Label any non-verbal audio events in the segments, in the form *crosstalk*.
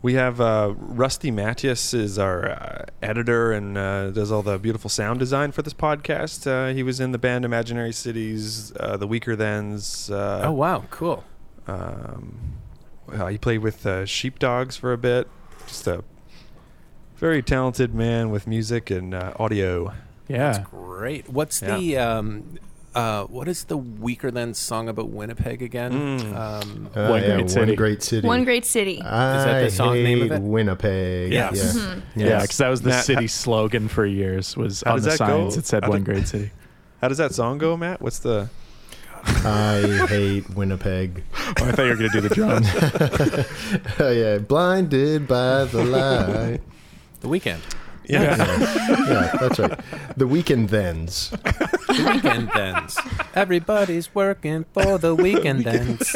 We have uh, Rusty Matias is our uh, editor and uh, does all the beautiful sound design for this podcast. Uh, he was in the band Imaginary Cities, uh, The Weaker Thens. Uh, Oh wow, cool. Um, well, he played with uh, Sheepdogs for a bit. Just a very talented man with music and uh, audio. Yeah. Great. What's Yeah. the um, uh, what is the weaker than song about Winnipeg again? Mm. Um, Uh, One yeah, Great City. One great city. Uh, One great city. I Is that the song hate name of it? Winnipeg. Yes. Yeah. Mhm. Yeah, because that was the Matt, city how- slogan for years. Was How on does the that go? signs it said How "One did- Great *laughs* City." How does that song go, Matt? What's the I hate *laughs* Winnipeg. *laughs* I thought you were gonna do the drums. oh yeah, blinded by *laughs* the light. the weekend. yeah? yeah. yeah, that's right. The *laughs* weekend thens. The weekend thens. Everybody's working for the weekend thens.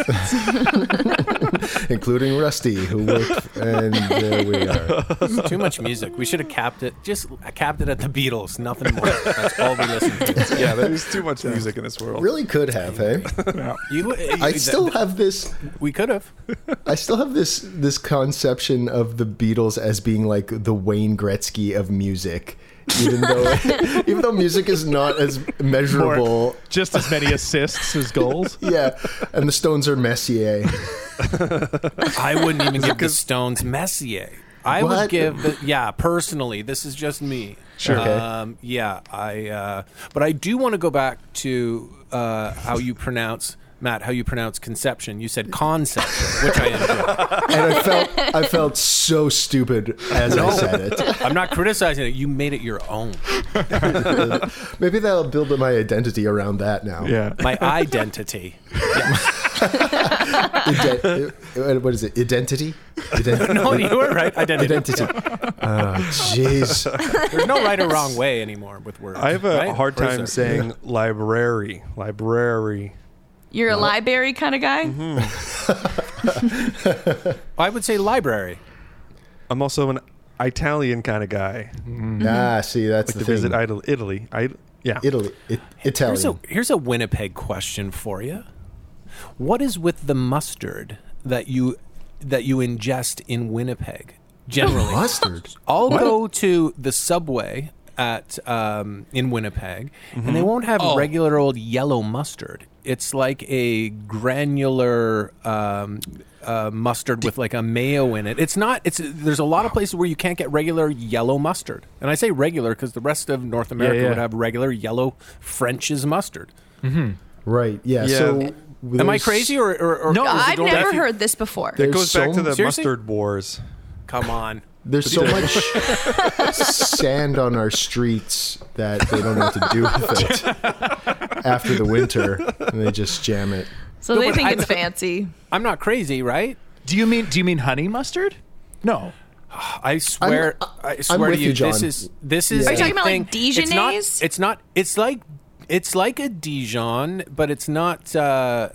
including Rusty, who worked. And there we *laughs* are. Too much music. We should have capped it. Just capped it at the Beatles. Nothing more. That's all we listen *laughs* to. yeah, there's too much music in this world. Really could have, hey. You, I still have this. We could have. I still have this this conception of the Beatles as being like the Wayne Gretzky of music, even though *laughs* even though music is not as measurable. *laughs* Just as many assists as *laughs* goals. Yeah, and the Stones are Messier. I wouldn't even give the Stones Messier. I would What? give, the, yeah, personally, this is just me. Sure. Okay. Um, yeah, I. Uh, but I do want to go back to uh, how you pronounce Matt. How you pronounce conception? You said concept, which I enjoy. And I felt I felt so stupid as I said it. I'm not criticizing it. You made it your own. Maybe that'll build up my identity around that now. Yeah. *laughs* My identity. Ide- uh, what is it? Identity. Ident- No, you were right. Identity. Identity. Oh, jeez. There's no right or wrong way anymore with words. I have a right? hard Or is time it? saying library, library. You're a library kind of guy? I would say library. I'm also an Italian kind of guy. Ah, see, that's Like the to thing. visit Italy. Italy. I, yeah. Italy, it, Here's a, Italian. here's a Winnipeg question for you. What is with the mustard that you that you ingest in Winnipeg generally? Mustard. I'll go to the subway at um, in Winnipeg, and Mm-hmm. they won't have Oh. regular old yellow mustard. It's like a granular um, uh, mustard with like a mayo in it. It's not. It's there's a lot of places where you can't get regular yellow mustard, and I say regular because the rest of North America yeah. would have regular yellow French's mustard. Right. Yeah. Yeah. So, Am I crazy or, or, or No, or is it I've going- never heard this before. There's It goes so, back to the Seriously? mustard wars. Come on. *laughs* There's so much sand on our streets that they don't know what to do with *laughs* it after the winter, and they just jam it. So they but think I- it's fancy. I'm not crazy, right? Do you mean Do you mean honey mustard? No. I swear, I'm- uh, i I'm swear with to you, you, John. this is this is. Are you talking a about, like, thing- It's not. Dijonnaise? It's not. It's like it's like a Dijon, but it's not. Uh,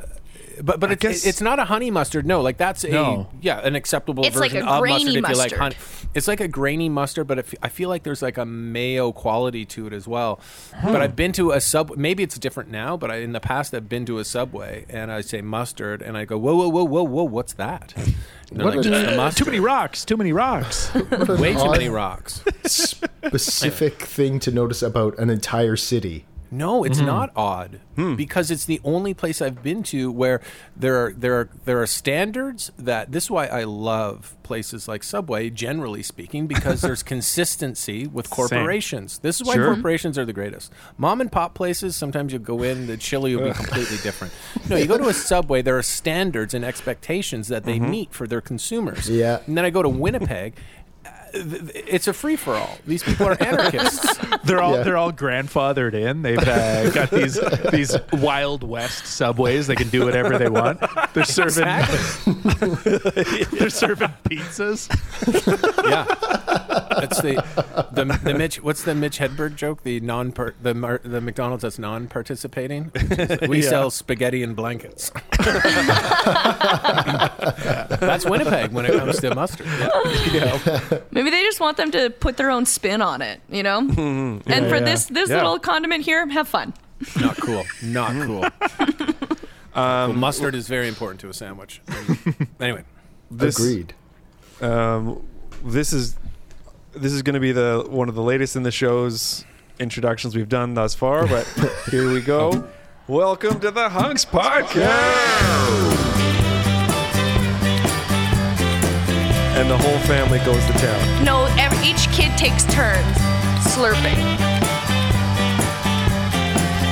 but but it's, guess- it's not a honey mustard. No, like that's a No. yeah an acceptable It's like version a of grainy mustard, if you like mustard. honey. It's like a grainy mustard, but if, I feel like there's like a mayo quality to it as well. But I've been to a sub. Maybe it's different now, but I, in the past I've been to a subway and I say mustard, and I go whoa whoa whoa whoa whoa what's that? And they're What like, is- "Just the Too mustard. many rocks. Too many rocks. What an Way too odd, many rocks. specific thing to notice about an entire city. *laughs* No, it's not odd because it's the only place I've been to where there are there are there are standards that this is why I love places like Subway generally speaking *laughs* because there's consistency with corporations. This is why Sure. corporations are the greatest. Mom and pop places sometimes you go in the chili will be completely different. No, you *laughs* go to a Subway there are standards and expectations that they meet for their consumers. Yeah. And then I go to Winnipeg uh, th- th- it's a free for all. These people *laughs* are anarchists. *laughs* They're all Yeah. they're all grandfathered in. They've uh, got *laughs* these these Wild West subways. They can do whatever they want. They're serving *laughs* they're serving pizzas. Yeah, that's the the, the Mitch. What's the Mitch Hedberg joke? The non the mar- the McDonald's that's non participating. We sell spaghetti and blankets. that's Winnipeg when it comes to mustard. Yeah. Maybe they just want them to put their own spin on it, you know? and for yeah. this this Yeah. little condiment here, have fun. Not cool. Not cool. Well, mustard is very important to a sandwich. Anyway, This, Agreed. Um, this is this is going to be the one of the latest in the show's introductions we've done thus far. But *laughs* here we go. Welcome to the Hunks Podcast. And the whole family goes to town. No, ev each kid takes turns slurping.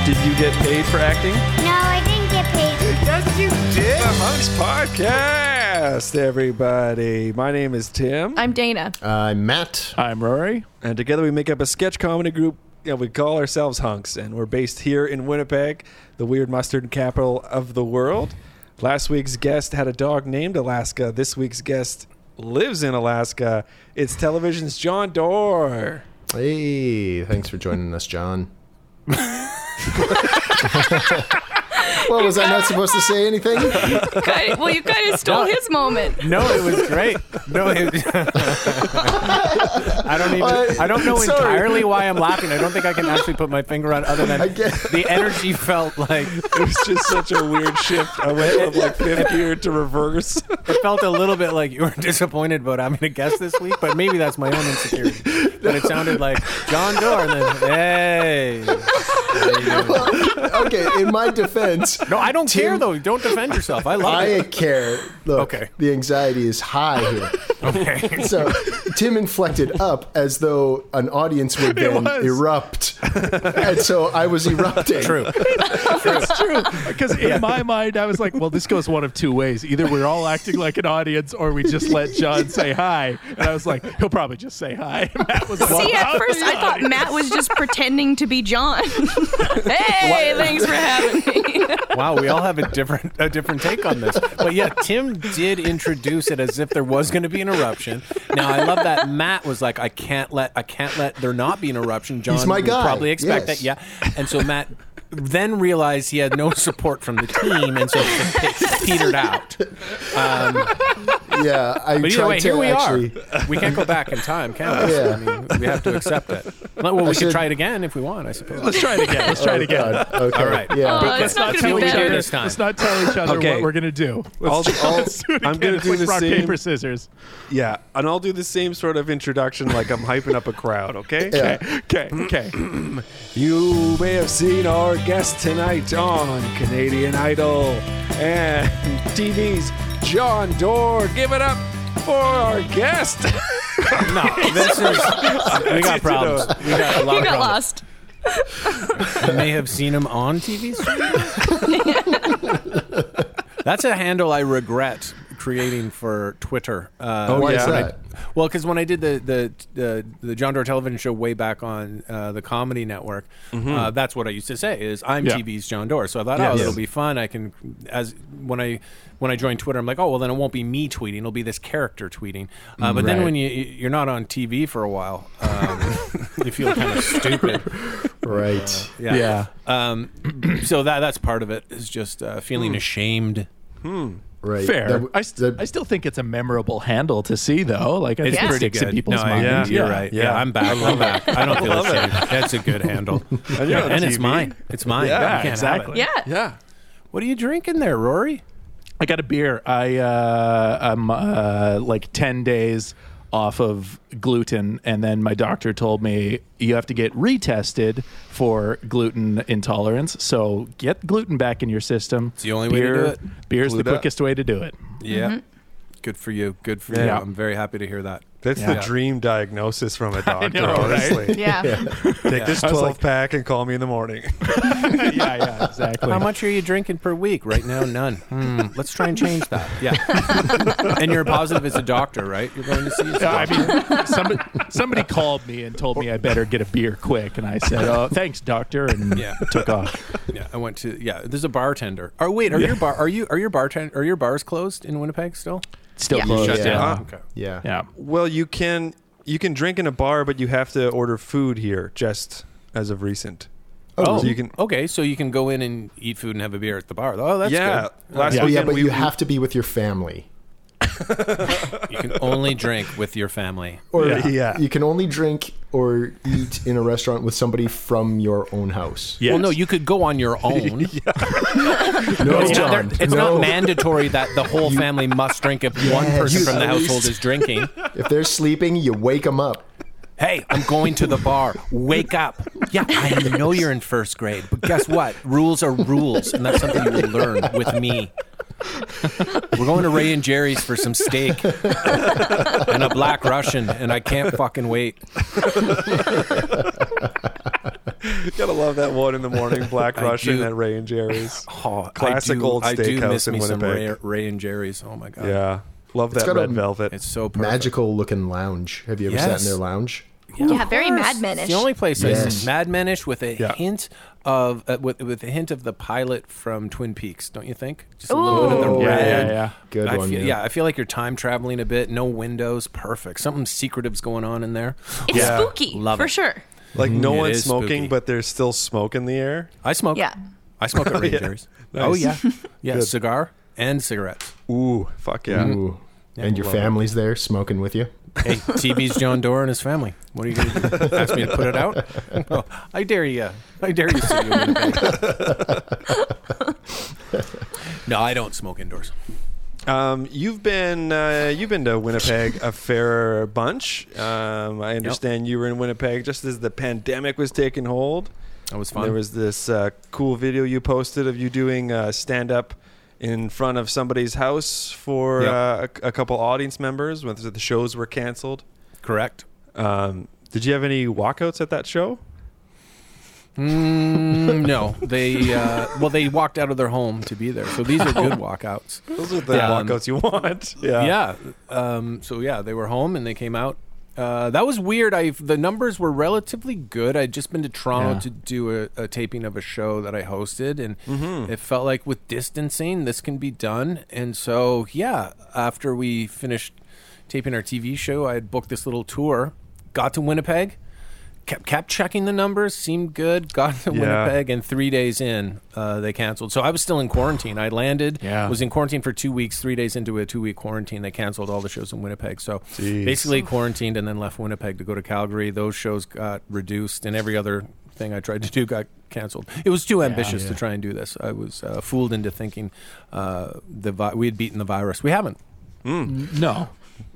Did you get paid for acting? No, I didn't get paid. The Hunks Podcast, everybody. My name is Tim. I'm Dana. Uh, Matt. I'm Rory. and together we make up a sketch comedy group and we call ourselves hunks and we're based here in winnipeg the weird mustard capital of the world last week's guest had a dog named alaska this week's guest lives in alaska it's television's john Doerr. Hey, thanks for joining *laughs* us, John. well, was I not supposed to say anything? Kinda- well, you kind of stole his moment. No, it was great. No, it, *laughs* I don't even. I don't know Sorry. entirely why I'm laughing. I don't think I can actually put my finger on other than I get- the energy felt like it was just such a weird shift i went from like fifth gear to reverse it felt a little bit like you were disappointed about having a guest this week, but maybe that's my own insecurity. But it sounded like John Doerr. And then, hey, okay, in my defense, no, I don't care Tim- though. Don't defend yourself. I love I it. care. Look, Okay. the anxiety is high here. *laughs* Okay. *laughs* So Tim inflected up as though an audience *laughs* would then was. erupt, and so I was erupting. *laughs* True. That's true. Because in my mind, I was like, well, this goes one of two ways. Either we're all acting like an audience or we just let *laughs* John say hi. And I was like, he'll probably just say hi. *laughs* And that was one See, *laughs* at of first the I thought audience. Matt was just pretending to be John. *laughs* hey, thanks for having me. *laughs* Wow, we all have a different a different take on this. But yeah, Tim did introduce it as if there was going to be an eruption. Now I love that Matt was like, I can't let I can't let there not be an eruption. John my would guy, probably expect yes. that. Yeah, and so Matt then realized he had no support from the team, and so it petered out. Yeah, I But either tried way, to here we actually. are. We can't go back in time, can we? Yeah. I mean, we have to accept it. Well, we could should- try it again if we want, I suppose. Let's try it again. Let's try it again. Oh, God, okay. All right. Yeah. Oh, it's not gonna be each better other. this time. Let's not tell each other Okay. what we're gonna do. *laughs* I'll- Let's, I'll- let's do it I'm again. gonna *laughs* It's do like the rock same- paper scissors. yeah and i'll do the same sort of introduction like i'm hyping up a crowd *laughs* okay Yeah. Okay, okay. *clears throat* you may have seen our guest tonight on Canadian Idol and *laughs* TV's John Doerr. Give it up for our guest. *laughs* No, this is *laughs* we got problems. We got a lot You of got problems. lost. You may have seen him on TV. *laughs* streams. That's a handle I regret creating for Twitter. Uh, Oh, Why is Yeah. that? well, because when I did the the the, the John Doerr television show way back on uh, the Comedy Network, uh, that's what I used to say is I'm Yeah. TV's John Doerr. So I thought, oh, Yes. it'll be fun. I can as when I when I joined Twitter, I'm like, oh, well, then it won't be me tweeting. It'll be this character tweeting. Uh, but then Right. when you you're not on TV for a while, um, you feel kind of stupid. Right. Yeah. Um, *clears throat* so that that's part of it is just uh, feeling ashamed. Right. Fair. That- I, st- that- I still think it's a memorable handle to see though. Like I think it pretty sticks in people's I- minds. yeah. You're right. Yeah, I'm back. I'm back. I don't feel love it. ashamed. That's a good handle. and you're on it's TV. mine. It's mine. Yeah, You can't have exactly. it. Yeah. Yeah. What are you drinking there, Rory? I got a beer. I uh, I'm uh, like ten days off of gluten, and then my doctor told me you have to get retested for gluten intolerance. So get gluten back in your system. It's the only way to do it. Beer's the Glued up. quickest way to do it. Yeah. Mm-hmm. Good for you. Good for Yeah. you. I'm very happy to hear that. That's Yeah. the dream diagnosis from *laughs* a doctor, know, *laughs* right? honestly. Yeah. Take this I was 12 pack and call me in the morning. *laughs* yeah, yeah, exactly. How much are you drinking per week? Right now, none. Hmm. Let's try and change that. Yeah. and you're positive as a doctor, right? You're going to see. Yeah, Uh, I mean, somebody, somebody called me and told me I better get a beer quick, and I said, "Oh, thanks, doctor," and Yeah. took off. *laughs* Yeah, I went to. Yeah, there's a bartender. Or wait, are your bar are you are your bartender are your bars closed in Winnipeg still? Still Yeah. closed. Shut down. Huh? Okay. yeah. Yeah. well, you can you can drink in a bar, but you have to order food here just as of recent. Oh, so you can. okay. So you can go in and eat food and have a beer at the bar. Oh, that's yeah. good. Last Oh yeah, weekend but we, you have to be with your family. You can only drink with *laughs* your family. Or Yeah. Yeah. you can only drink or eat in a restaurant with somebody from your own house. Yes. Well, no, you could go on your *laughs* own. No, It's, not, John. there- it's no. not mandatory that the whole family must drink if one Yes. person You- from the at household least- *laughs* is drinking. If they're sleeping, you wake them up. Hey, I'm going to the bar. Wake up. Yeah, I know you're in first grade, but guess what? Rules are rules, and that's something you will learn with me. We're going to Ray and Jerry's for some steak and a black Russian, and I can't fucking wait. Gotta love that one in the *laughs* morning, Black I Russian do- at Ray and Jerry's. *laughs* Oh, Classic I do, old I do steakhouse miss in me some Ray, Winnipeg. Ray and Jerry's. Oh my god. Yeah, love that got a- red velvet. It's so perfect. Magical looking lounge. Have you ever sat Yes. in their lounge? yeah, very Mad It's Menish. the only place I Yes. see Mad Menish with a Yeah. hint of uh, with, with a hint of the pilot from Twin Peaks, don't you think? Just a Oh, little bit of Ooh. the Yeah, red. yeah, yeah. Good I one. feel, yeah. yeah, I feel like you're time traveling a bit. No windows, perfect. Something secretive's going on in there. It's Yeah. spooky Love for it. sure. like no mm, It one's is smoking, spooky. but there's still smoke in the air. I smoke. Yeah. I *laughs* smoke at Rangers. Oh yeah, Nice. *laughs* yeah, Good. cigar and cigarettes. Ooh, fuck yeah. Ooh. and your love it. family's there smoking with you. Hey, TV's John Doerr and his family. What are you going to *laughs* do? Ask me to put it out? No, I dare you. I dare you. City of Winnipeg. no, I don't smoke indoors. Um, you've been uh, you've been to Winnipeg a fair bunch. Um, I understand you were in Winnipeg just as the pandemic was taking hold. That was And fun. There was this uh, cool video you posted of you doing uh, stand up in front of somebody's house for Yeah. uh, a, a couple audience members when the shows were canceled. Correct. Um, did you have any walkouts at that show? Mm, no, they uh, well they walked out of their home to be there. So these *laughs* are good walkouts. Those are the Yeah. walkouts you want. *laughs* yeah. Um, so yeah, they were home and they came out. Uh, that was weird. I the numbers were relatively good. I'd just been to Toronto Yeah. to do a, a taping of a show that I hosted, and it felt like with distancing, this can be done. And so yeah, after we finished taping our TV show, I had booked this little tour. Got to Winnipeg, kept kept checking the numbers. Seemed good. *laughs* Got to Yeah. Winnipeg, and three days in, uh, they canceled. So I was still in quarantine. I landed Yeah. was in quarantine for two weeks. Three days into a two week quarantine, they canceled all the shows in Winnipeg. So Jeez. basically quarantined and then left Winnipeg to go to Calgary. Those shows got reduced, and every other thing I tried to do got canceled. It was too ambitious to try and do this. I was uh, fooled into thinking uh, the vi- we had beaten the virus. We haven't. No.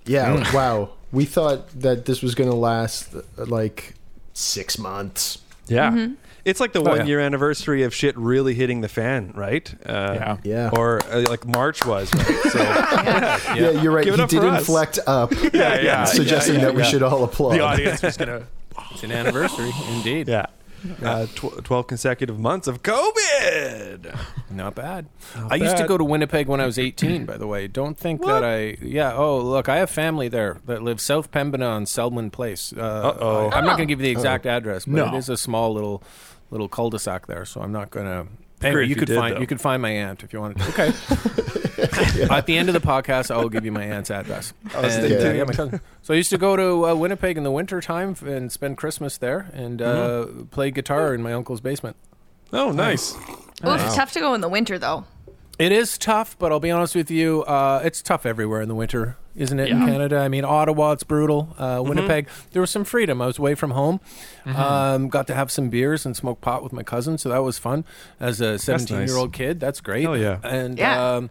Yeah. Mm. wow. We thought that this was going to last uh, like six months. Yeah. Mm-hmm. It's like the one Oh, yeah. year anniversary of shit really hitting the fan, right? Uh, Yeah. Yeah. Or uh, like March was. Right? So, yeah. Yeah, you're right. Give it he up for did us. inflect up, *laughs* Yeah, yeah, suggesting yeah, that we yeah. should all applaud. Ah. The audience was going to. It's an anniversary, indeed. Yeah. Uh, tw- 12 consecutive months of COVID. Not bad. I used to bad. go to Winnipeg when I was 18, by the way. Don't think that I. Yeah. Oh, look, I have family there that live South Pembina on Selman Place. Uh, Uh-oh. I- I'm not going to give you the exact address, but No. it is a small little little cul-de-sac there, so I'm not going to. great Anyway, if you you could did, find though. you could find my aunt if you wanted to. Okay. *laughs* At the end of the podcast, I will give you my aunt's address. And, thinking- uh, yeah, my cousin. So I used to go to uh, Winnipeg in the winter time and spend Christmas there and uh, Mm-hmm. play guitar in my uncle's basement. Oh, nice. Oof, tough to go in the winter though. It is tough, but I'll be honest with you, uh, it's tough everywhere in the winter, isn't it? In Canada, I mean, Ottawa, it's brutal. Uh, Mm-hmm. Winnipeg, there was some freedom. I was away from home, um, got to have some beers and smoke pot with my cousin, so that was fun. As a nice. seventeen-year-old kid, that's great. Hell yeah. And Yeah. um,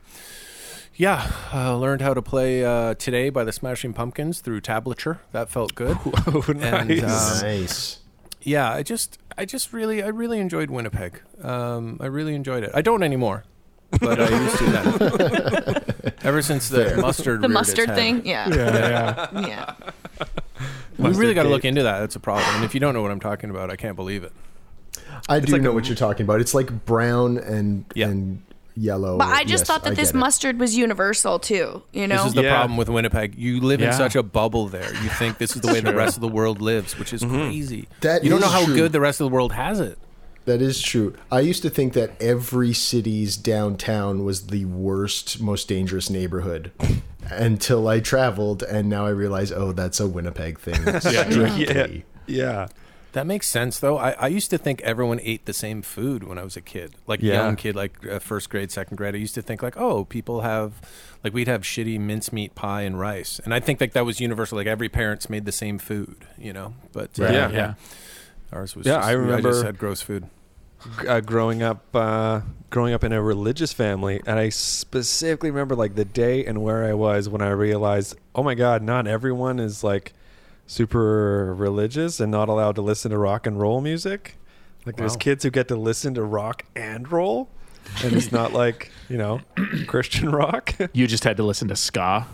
yeah, uh, learned how to play uh, today by the Smashing Pumpkins through tablature. That felt good. *laughs* Oh, nice. um, Nice. yeah, I just, I just really, I really enjoyed Winnipeg. Um, I really enjoyed it. I don't anymore, but I used to then. Ever since the mustard, The reared its mustard head. thing. Yeah. *laughs* Yeah. Yeah. We really Mustard got to look gate. into that. That's a problem. And if you don't know what I'm talking about, I can't believe it. I do like know a- what you're talking about. It's like brown and Yeah. and yellow. But I just Yes, thought I that this get it. mustard was universal too, you know? This is the Yeah. problem with Winnipeg. You live in Yeah. such a bubble there. You think this is the way the rest of the world lives, which is crazy. That you don't is know how true. good the rest of the world has it. That is true. I used to think that every city's downtown was the worst, most dangerous neighborhood until I traveled, and now I realize, oh, that's a Winnipeg thing. *laughs* Yeah. strictly. Yeah. That makes sense, though. I, I used to think everyone ate the same food when I was a kid, like Yeah. young kid, like uh, first grade, second grade. I used to think like, oh, people have, like we'd have shitty mincemeat pie and rice, and I think like that was universal. Like every parents made the same food, you know. But uh, Right. Yeah. Yeah. yeah. ours was Yeah, Just, I I just remember- had gross food. *laughs* uh, growing up uh, growing up in a religious family and i specifically remember like the day and where i was when i realized oh my god not everyone is like super religious and not allowed to listen to rock and roll music like there's Wow. kids who get to listen to rock and roll and it's not like you know christian rock You just had to listen to ska.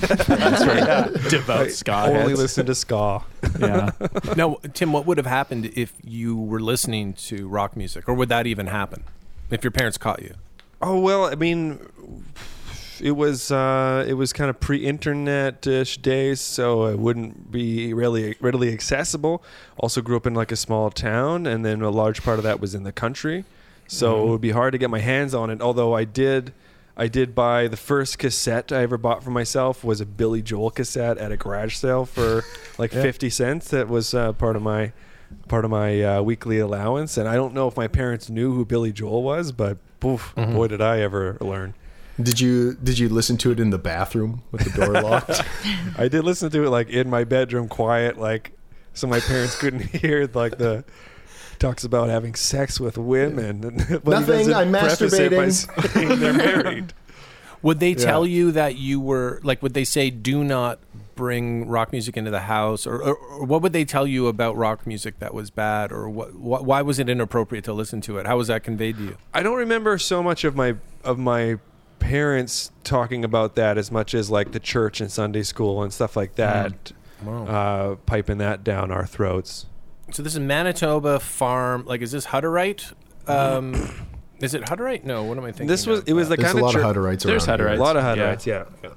That's right. *laughs* Devout ska. only heads. listen to ska Yeah. now, Tim, what would have happened if you were listening to rock music, or would that even happen if your parents caught you? Oh well, I mean, it was uh, it was kind of pre-internet ish days, so it wouldn't be really readily accessible. Also, grew up in like a small town, and then a large part of that was in the country, so it would be hard to get my hands on it. Although I did. I did buy the first cassette I ever bought for myself was a Billy Joel cassette at a garage sale for like fifty cents. That was uh, part of my part of my uh, weekly allowance, and I don't know if my parents knew who Billy Joel was, but poof, boy did I ever learn. Did you did you listen to it in the bathroom with the door locked? I did listen to it like in my bedroom, quiet, like so my parents couldn't *laughs* hear. Like the talks about having sex with women. *laughs* And, but he Nothing, doesn't I'm preface it by masturbating. saying *laughs* they're married. Would they tell you that you were like? Would they say, "Do not bring rock music into the house," or, or, or what would they tell you about rock music that was bad, or what, wh- Why was it inappropriate to listen to it? How was that conveyed to you? I don't remember so much of my of my parents talking about that as much as like the church and Sunday school and stuff like that, uh, piping that down our throats. So this is Manitoba farm. Like, is this Hutterite? *clears throat* Um, is it Hutterite? No. What am I thinking? This was of? it was the There's kind a lot of of church. Hutterites There's around. here. uh, a Hutterites. lot of Yeah. Hutterites, yeah. yeah.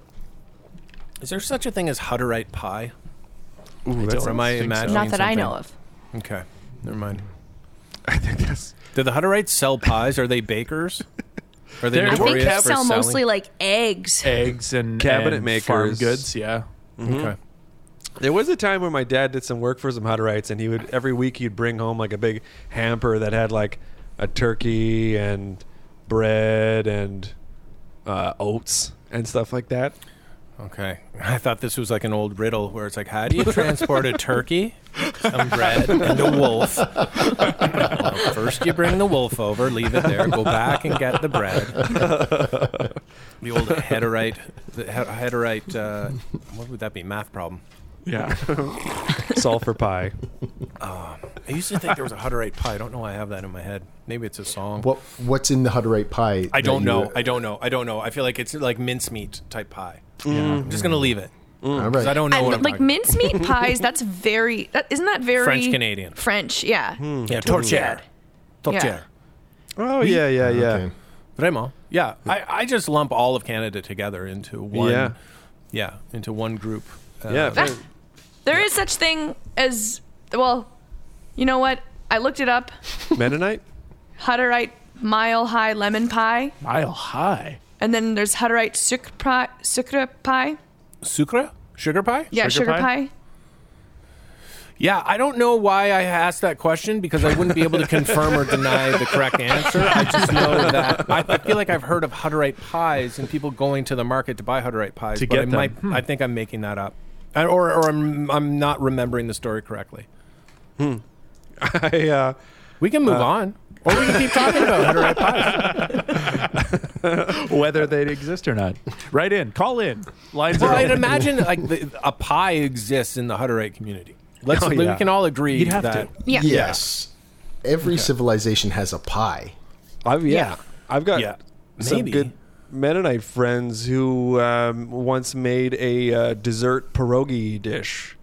Is there such a thing as Hutterite pie? Ooh, Or am I think so. imagining Not Not that I know something? of. Okay, never mind. I think that's Do the Hutterites sell pies? Are they bakers? Are they They're- I I think notorious they for sell selling? mostly like eggs. Eggs and Cabinet and farm makers. goods. Yeah. Okay. There was a time where my dad did some work for some Hutterites, and he would every week he'd bring home like a big hamper that had like a turkey and bread and uh, oats and stuff like that. Okay. I thought this was like an old riddle where it's like, how do you transport a turkey, some bread, and a wolf? *laughs* Well, first, you bring the wolf over, leave it there, go back and get the bread. The old heterite, the he- heterite, uh, what would that be? Math problem. Yeah. *laughs* Sulfur pie. I used to think there was a heterite pie. I don't know why I have that in my head. Maybe it's a song. What what's in the Hutterite pie? I that don't you- know. I don't know. I don't know. I feel like it's like mincemeat type pie. I'm just going to leave it All 'cause right. I don't know And, what I'm like talking mincemeat pies, that's very. That, isn't that very French Canadian. French, yeah. Yeah, torture. Torture. Yeah. Oh yeah, yeah, yeah. Okay. Vraiment. Yeah. I, I just lump all of Canada together into one. Yeah. Yeah. into one group. Uh, Yeah, Ah, fair- There is such thing as well. You know what? I looked it up. Mennonite. Hutterite mile high lemon pie, Mile high. and then there's Hutterite sucre pie. Sucre pie. Sucre? Sugar pie? Yeah, Sugar sugar, pie? pie? Yeah, I don't know why I asked that question because I wouldn't be able to confirm or deny the correct answer. I just know that I, I feel like I've heard of Hutterite pies and people going to the market to buy Hutterite pies. To but get I them. Hmm. might I think I'm making that up. I, or or I'm I'm not remembering the story correctly. I uh, We can move *laughs* on. Or we can keep talking about Hutterite pies. Whether they exist or not. Right in. Call in. Lines Well, are I'd open. imagine like the, a pie exists in the Hutterite community. Let's Oh, yeah. we can all agree You'd have that to. Yeah. Yes. Every civilization has a pie. I've, yeah. I've got Yeah. some Maybe. good Mennonite friends who um, once made a uh, dessert pierogi dish.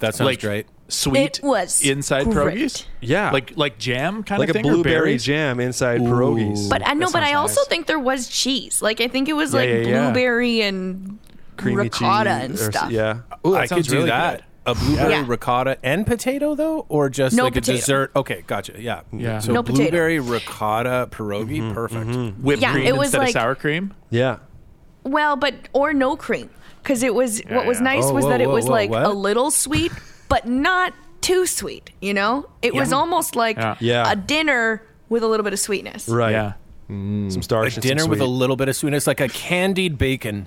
that sounds Like- great. Sweet It was inside great. pierogies. Yeah. Like like jam kind Like of a thing. or blueberry berries? jam inside pierogies. But I know, but I sounds also nice. think there was cheese. Like I think it was like yeah, yeah. blueberry and ricotta and or s- stuff. Yeah. Ooh, I could sounds do really that. good. A blueberry Yeah. ricotta and potato though, or just No like potato. a dessert? Okay, gotcha. Yeah, Yeah. So No potato. blueberry ricotta pierogi, perfect. Whipped Yeah, cream it was instead of like- sour cream. Yeah. Well, but or no cream because it was what was yeah. nice Oh, was whoa, that it whoa, was whoa, like what? a little sweet, but not too sweet, you know? It was almost like Yeah. Yeah. a dinner with a little bit of sweetness. Right. Yeah. Some starch. and some Dinner with a sweet. little bit of sweetness, like a candied bacon.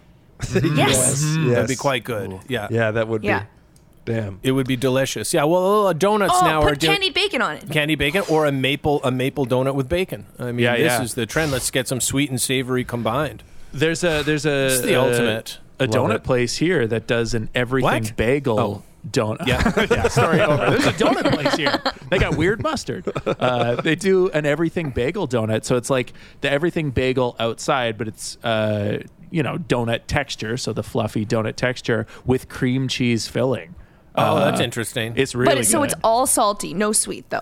Yes. Mm-hmm. That'd be quite good. Yeah. Yeah, that would Yeah. be. Damn. It would be delicious. Yeah. Well, uh, donuts Oh, now are put doing candied bacon on it. candy bacon or a maple a maple donut with bacon. I mean, Yeah, this yeah. is the trend. Let's get some sweet and savory combined. There's a there's a It's the a- ultimate. a Love donut it. place here that does an everything What? bagel Oh. donut. *laughs* Yeah. yeah, sorry. Over. There's a donut place here. They got weird mustard. Uh, they do an everything bagel donut, so it's like the everything bagel outside, but it's uh, you know donut texture, so the fluffy donut texture with cream cheese filling. Oh, that's Uh, interesting. It's really But it's, so good. it's all salty, no sweet though.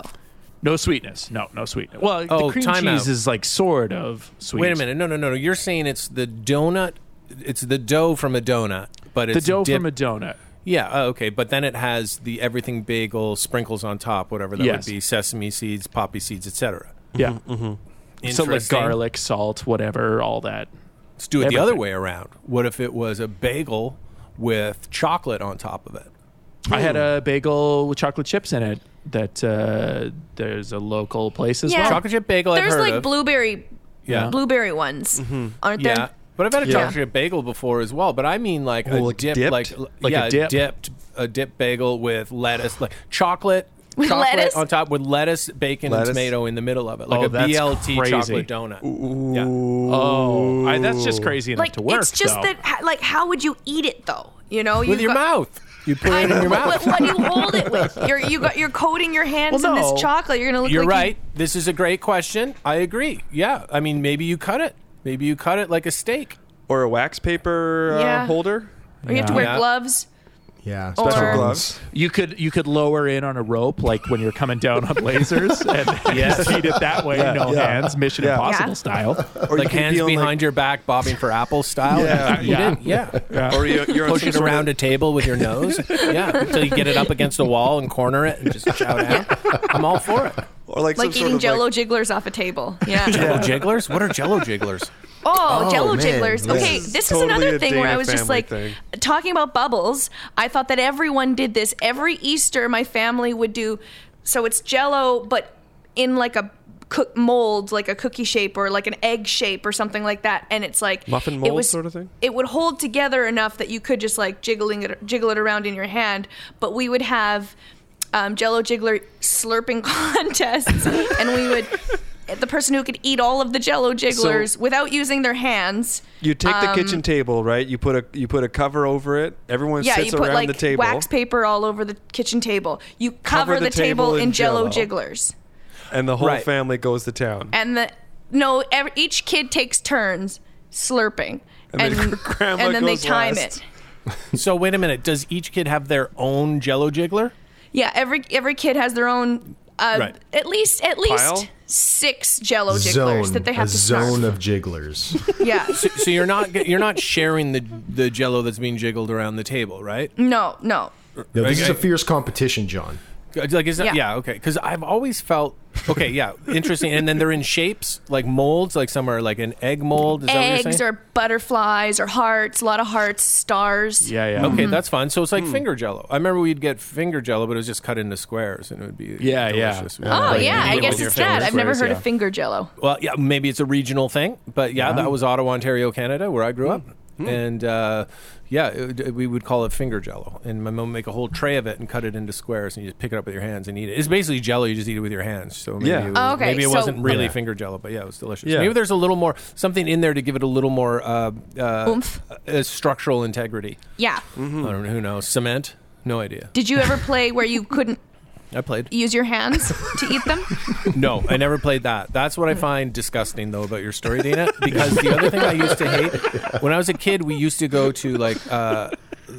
no sweetness. No, no sweetness. Well, Oh, the cream time cheese out. is like sort of sweet. Wait a minute. No, no, no, no. You're saying it's the donut. It's the dough from a donut, but The it's dough dipped- from a donut. yeah. Oh, okay, but then it has the everything bagel sprinkles on top, whatever that Yes. would be: sesame seeds, poppy seeds, etc. Yeah. So like Mm-hmm, Interesting. garlic, salt, whatever, all that. Let's do it the other everything. way around. What if it was a bagel with chocolate on top of it? I had a bagel with chocolate chips in it. That uh, there's a local place as Yeah. well. Chocolate chip bagel. I've There's heard like of. blueberry Yeah. Mm-hmm. blueberry ones, aren't Yeah, there? but I've had a Yeah. chocolate chip bagel before as well. But I mean, like a Oh, like dip, dipped? like, Like a yeah, dip. dipped a dip bagel with lettuce, like chocolate. *laughs* With chocolate lettuce? on top with lettuce, bacon, Lettuce? and tomato in the middle of it, like Oh, a that's BLT crazy. chocolate donut. Yeah. Oh, I, that's just crazy enough Like to work. it's just though. that ha- like how would you eat it though? You know, with you your got- mouth, *laughs* you put I it in know, your but mouth. What, what do you hold it with? You're you got you're coating your hands Well, in no. this chocolate. You're gonna look You're like right. This is a great question. I agree. Yeah, I mean, maybe you cut it. Maybe you cut it like a steak. Or a wax paper uh, Yeah. holder. You, or you have to wear Yeah. gloves. Yeah. Or- Special Or- gloves. you could you could lower in on a rope like when you're coming down on lasers *laughs* and just eat it that way, no yeah. hands, Mission Yeah. Impossible Yeah. style. Or Like could hands be on, like- behind your back, bobbing for apple style. Yeah. Oh, You Yeah. did, *laughs* yeah. Or you, you're on push some it sort of- around a table *laughs* with your nose. Yeah, until you get it up against the wall and corner it and just shout out. I'm all for it. Or like, Like some eating sort of jello like, jigglers off a table. Yeah. Jello jigglers? What are jello jigglers? Oh, Oh, Jello man, jigglers. this Okay, is this totally is a another thing where Dana I was just family like thing. talking about bubbles. I thought that everyone did this every Easter. My family would do so. It's Jello, but in like a cook mold, like a cookie shape or like an egg shape or something like that. And it's like Muffin it mold was- sort of thing? It would hold together enough that you could just like jiggling it, jiggle it around in your hand. But we would have um, Jello jiggler slurping *laughs* contests, and we would. The person who could eat all of the Jello jigglers without using their hands. You take the Um, kitchen table, right? You put a you put a cover over it. Everyone Yeah, sits you put around like the table. wax paper all over the kitchen table. You cover, the, table, in Jello jigglers, and the whole Right. family goes to town. and the no, ev each kid takes turns slurping, And then grandma and then goes they time last. it. So wait a minute. Does each kid have their own jello jiggler? Yeah, every every kid has their own. Uh, Right. At least at least Pile? six Jello jigglers Zone. that they have a to zone snarf. of jigglers. *laughs* Yeah. So you're not you're not sharing the the jello that's being jiggled around the table, right? No, no. No, this is a Okay. fierce competition, John. Like is that yeah, Yeah. okay? Because I've always felt okay, yeah, interesting. And then they're in shapes like molds, like some are like an egg mold. Is that what you're Eggs saying? or butterflies or hearts, a lot of hearts, stars. Yeah, yeah. *laughs* Okay, that's fun. So it's like finger jello. I remember we'd get finger jello, but it was just cut into squares, and it would be Yeah, yeah. delicious. Oh Like, yeah, eat I it guess with your it's that. fingers. I've never fingers, heard yeah. of finger jello. Well, yeah, maybe it's a regional thing, but yeah, that was Ottawa, Ontario, Canada, where I grew up, and uh, yeah, it, we would call it finger jello, and my mom would make a whole tray of it and cut it into squares, and you just pick it up with your hands and eat it. It's basically jello; you just eat it with your hands. So maybe Yeah. it, was, Oh, Okay, maybe it so- wasn't really Yeah. finger jello, but yeah, it was delicious. Yeah. Maybe there's a little more something in there to give it a little more uh, uh, Oomph. uh, structural integrity. Yeah. I don't know who knows cement. No idea. Did you ever play where you couldn't I played. *laughs* use your hands to eat them? No, I never played that. That's what I find disgusting, though, about your story, Dana. Because the other thing I used to hate when I was a kid, we used to go to like uh,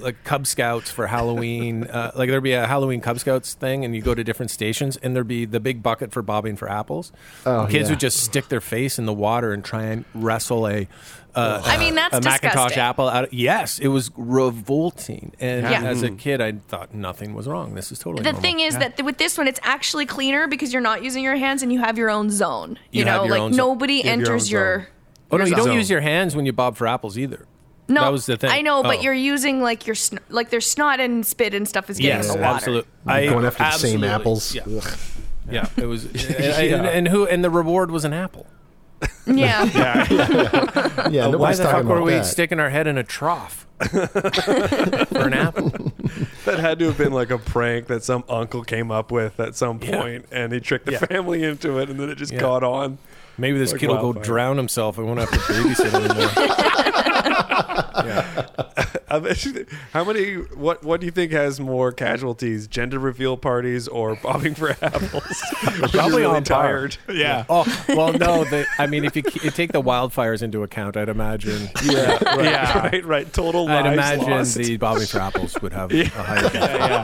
like Cub Scouts for Halloween. Uh, like there'd be a Halloween Cub Scouts thing, and you go to different stations, and there'd be the big bucket for bobbing for apples. Oh, Kids yeah. would just stick their face in the water and try and wrestle a. Uh, I mean, that's a Macintosh disgusting. apple. Out of, yes, it was revolting, and Yeah. Mm-hmm. as a kid, I thought nothing was wrong. This is totally The normal. thing is that th- with this one, it's actually cleaner because you're not using your hands and you have your own zone. You, You have know, your like own zone. nobody have your enters own your. zone. Oh no, your you don't zone. use your hands when you bob for apples either. No, That was the thing. I know, but Oh. you're using like your sn- like their snot and spit and stuff is getting Yes, in the water. absolutely. I, Going after the same absolutely. apples. Yeah, *laughs* Ugh. yeah. It *laughs* was, and, and who? And the reward was an apple. Yeah. Yeah, Why nobody's the talking fuck about were we that. sticking our head in a *laughs* trough for an apple? That had to have been like a prank that some uncle came up with at some point, and he tricked the family into it, and then it just Yeah. caught on. Maybe this Like kid will go wildfire. drown himself. I won't have to babysit *laughs* anymore. I bet- How many? What? What do you think has more casualties? Gender reveal parties or bobbing for *laughs* apples? Probably really on par. tired. Yeah. oh well, no. The, I mean, if you, ke- you take the wildfires into account, I'd imagine. Yeah. Right. Yeah. Right. Right. Total. I'd lives imagine lost. the bobbing for apples would *laughs* have a higher.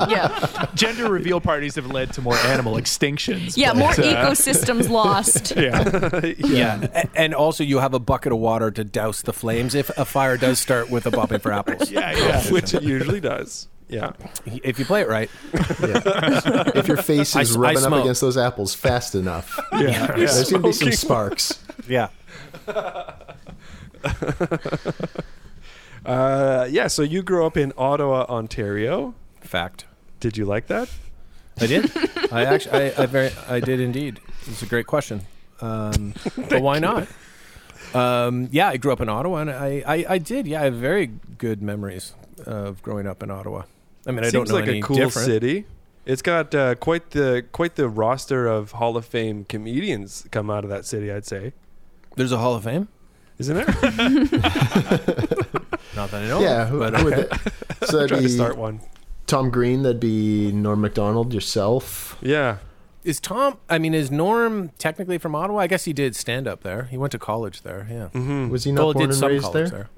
yeah. Gender reveal parties have led to more animal extinctions. Yeah, but, more uh, ecosystems lost. Yeah. A- and also you have a bucket of water to douse the flames if a fire does start with a bobbing for *laughs* apples. Yeah, yeah. which it usually does. Yeah. If you play it right, *laughs* Yeah. If your face I is s- I rubbing up smoke. against those apples *laughs* fast enough, Yeah. there's going to be some sparks. yeah. Uh, yeah. So you grew up in Ottawa, Ontario. Fact. Did you like that? I did. I actually, I, I very, I did indeed. It's a great question. *laughs* Um, but why not? Um, yeah, I grew up in Ottawa, and I, I, I did. Yeah, I have very good memories of growing up in Ottawa. I mean, I don't Seems know like any a cool different. city. It's got uh, quite the quite the roster of Hall of Fame comedians come out of that city. I'd say, There's a Hall of Fame. isn't *laughs* there? Not that I know. Yeah, of, who, Oh, but who would *laughs* that- so that'd Try be to start one. Tom Green. That'd be Norm Macdonald. Yourself. Yeah. is Tom? I mean, is Norm technically from Ottawa? I guess he did stand up there. He went to college there. Yeah. Was he not Well, born did and some raised there? college there.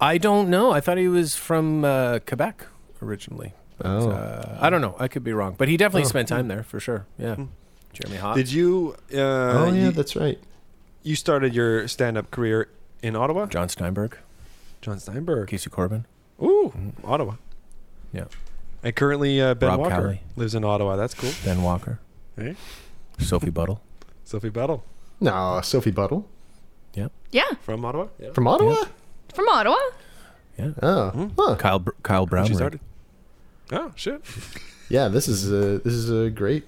I don't know. I thought he was from uh, Quebec originally. But, Oh. uh, I don't know. I could be wrong, but he definitely spent time there for sure. Yeah, Hmm. Jeremy Hott. Did you? Uh, oh yeah, you, that's right. you started your stand-up career in Ottawa. John Steinberg, John Steinberg. Casey Corbin. Ooh, Ottawa. Yeah, And currently, uh, Ben Rob Walker Cowley. lives in Ottawa. That's cool. Ben Walker, Hey. Sophie Buttle. Sophie Battle No, Sophie Buttle Yeah, from Ottawa. Yeah. from Ottawa. from Ottawa. Oh, Mm-hmm. huh. Kyle Br- Kyle Brown. She started. Oh shit! yeah. This is a this is a great.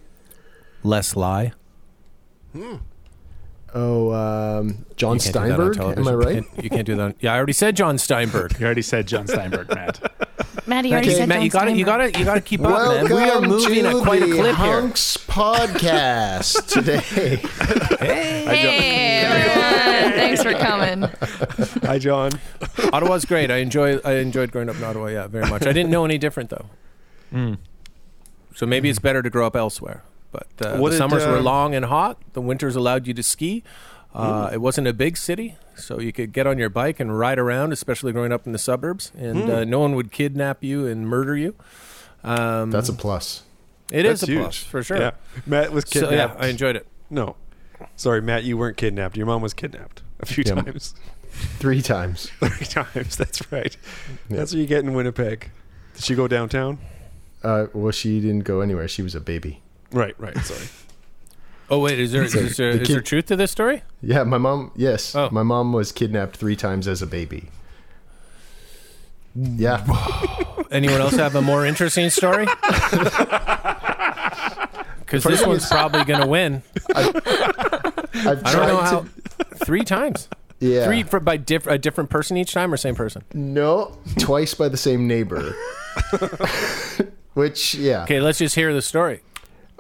Les Lie. Oh, um, John You can't do that on Steinberg. Am I television. right? Can't- You can't do that. on- yeah, I already said John Steinberg. You already said John Steinberg, *laughs* Matt. Maddie already Okay. said Matt, you got to You got to You got to keep up, man. Welcome We are moving to at quite a the clip here. *laughs* Hunks podcast today. Hey *laughs* everyone, thanks for coming. Hi, John. Ottawa's great. I enjoy. I enjoyed growing up in Ottawa. Yeah, very much. I didn't know any different though. Hmm. So maybe it's better to grow up elsewhere. But uh, the What did, summers were uh, long and hot. The winters allowed you to ski. Uh, Hmm. It wasn't a big city, so you could get on your bike and ride around, especially growing up in the suburbs. And Hmm. uh, no one would kidnap you and murder you. Um, That's a plus. it That's is a huge. plus for sure. Yeah. Matt was So yeah, kidnapped. I enjoyed it. no, sorry, Matt. You weren't kidnapped. Your mom was kidnapped a few Yeah. times. *laughs* Three times. Three times. That's right. Yeah. That's what you get in Winnipeg. Did she go downtown? Uh, well, she didn't go anywhere. She was a baby. Right. Right. Sorry. Oh wait, is there is, there, the is there kid- truth to this story? Yeah, my mom. Yes, Oh. my mom was kidnapped three times as a baby. *laughs* Yeah, Anyone else have a more *laughs* interesting story? Because Funny this thing one's is- probably going to win. I've I don't know tried how. to. Three times. Yeah, Three for, by diff, a different person each time or same person? no, twice by the *laughs* same neighbor. Which, yeah, Okay, let's just hear the story.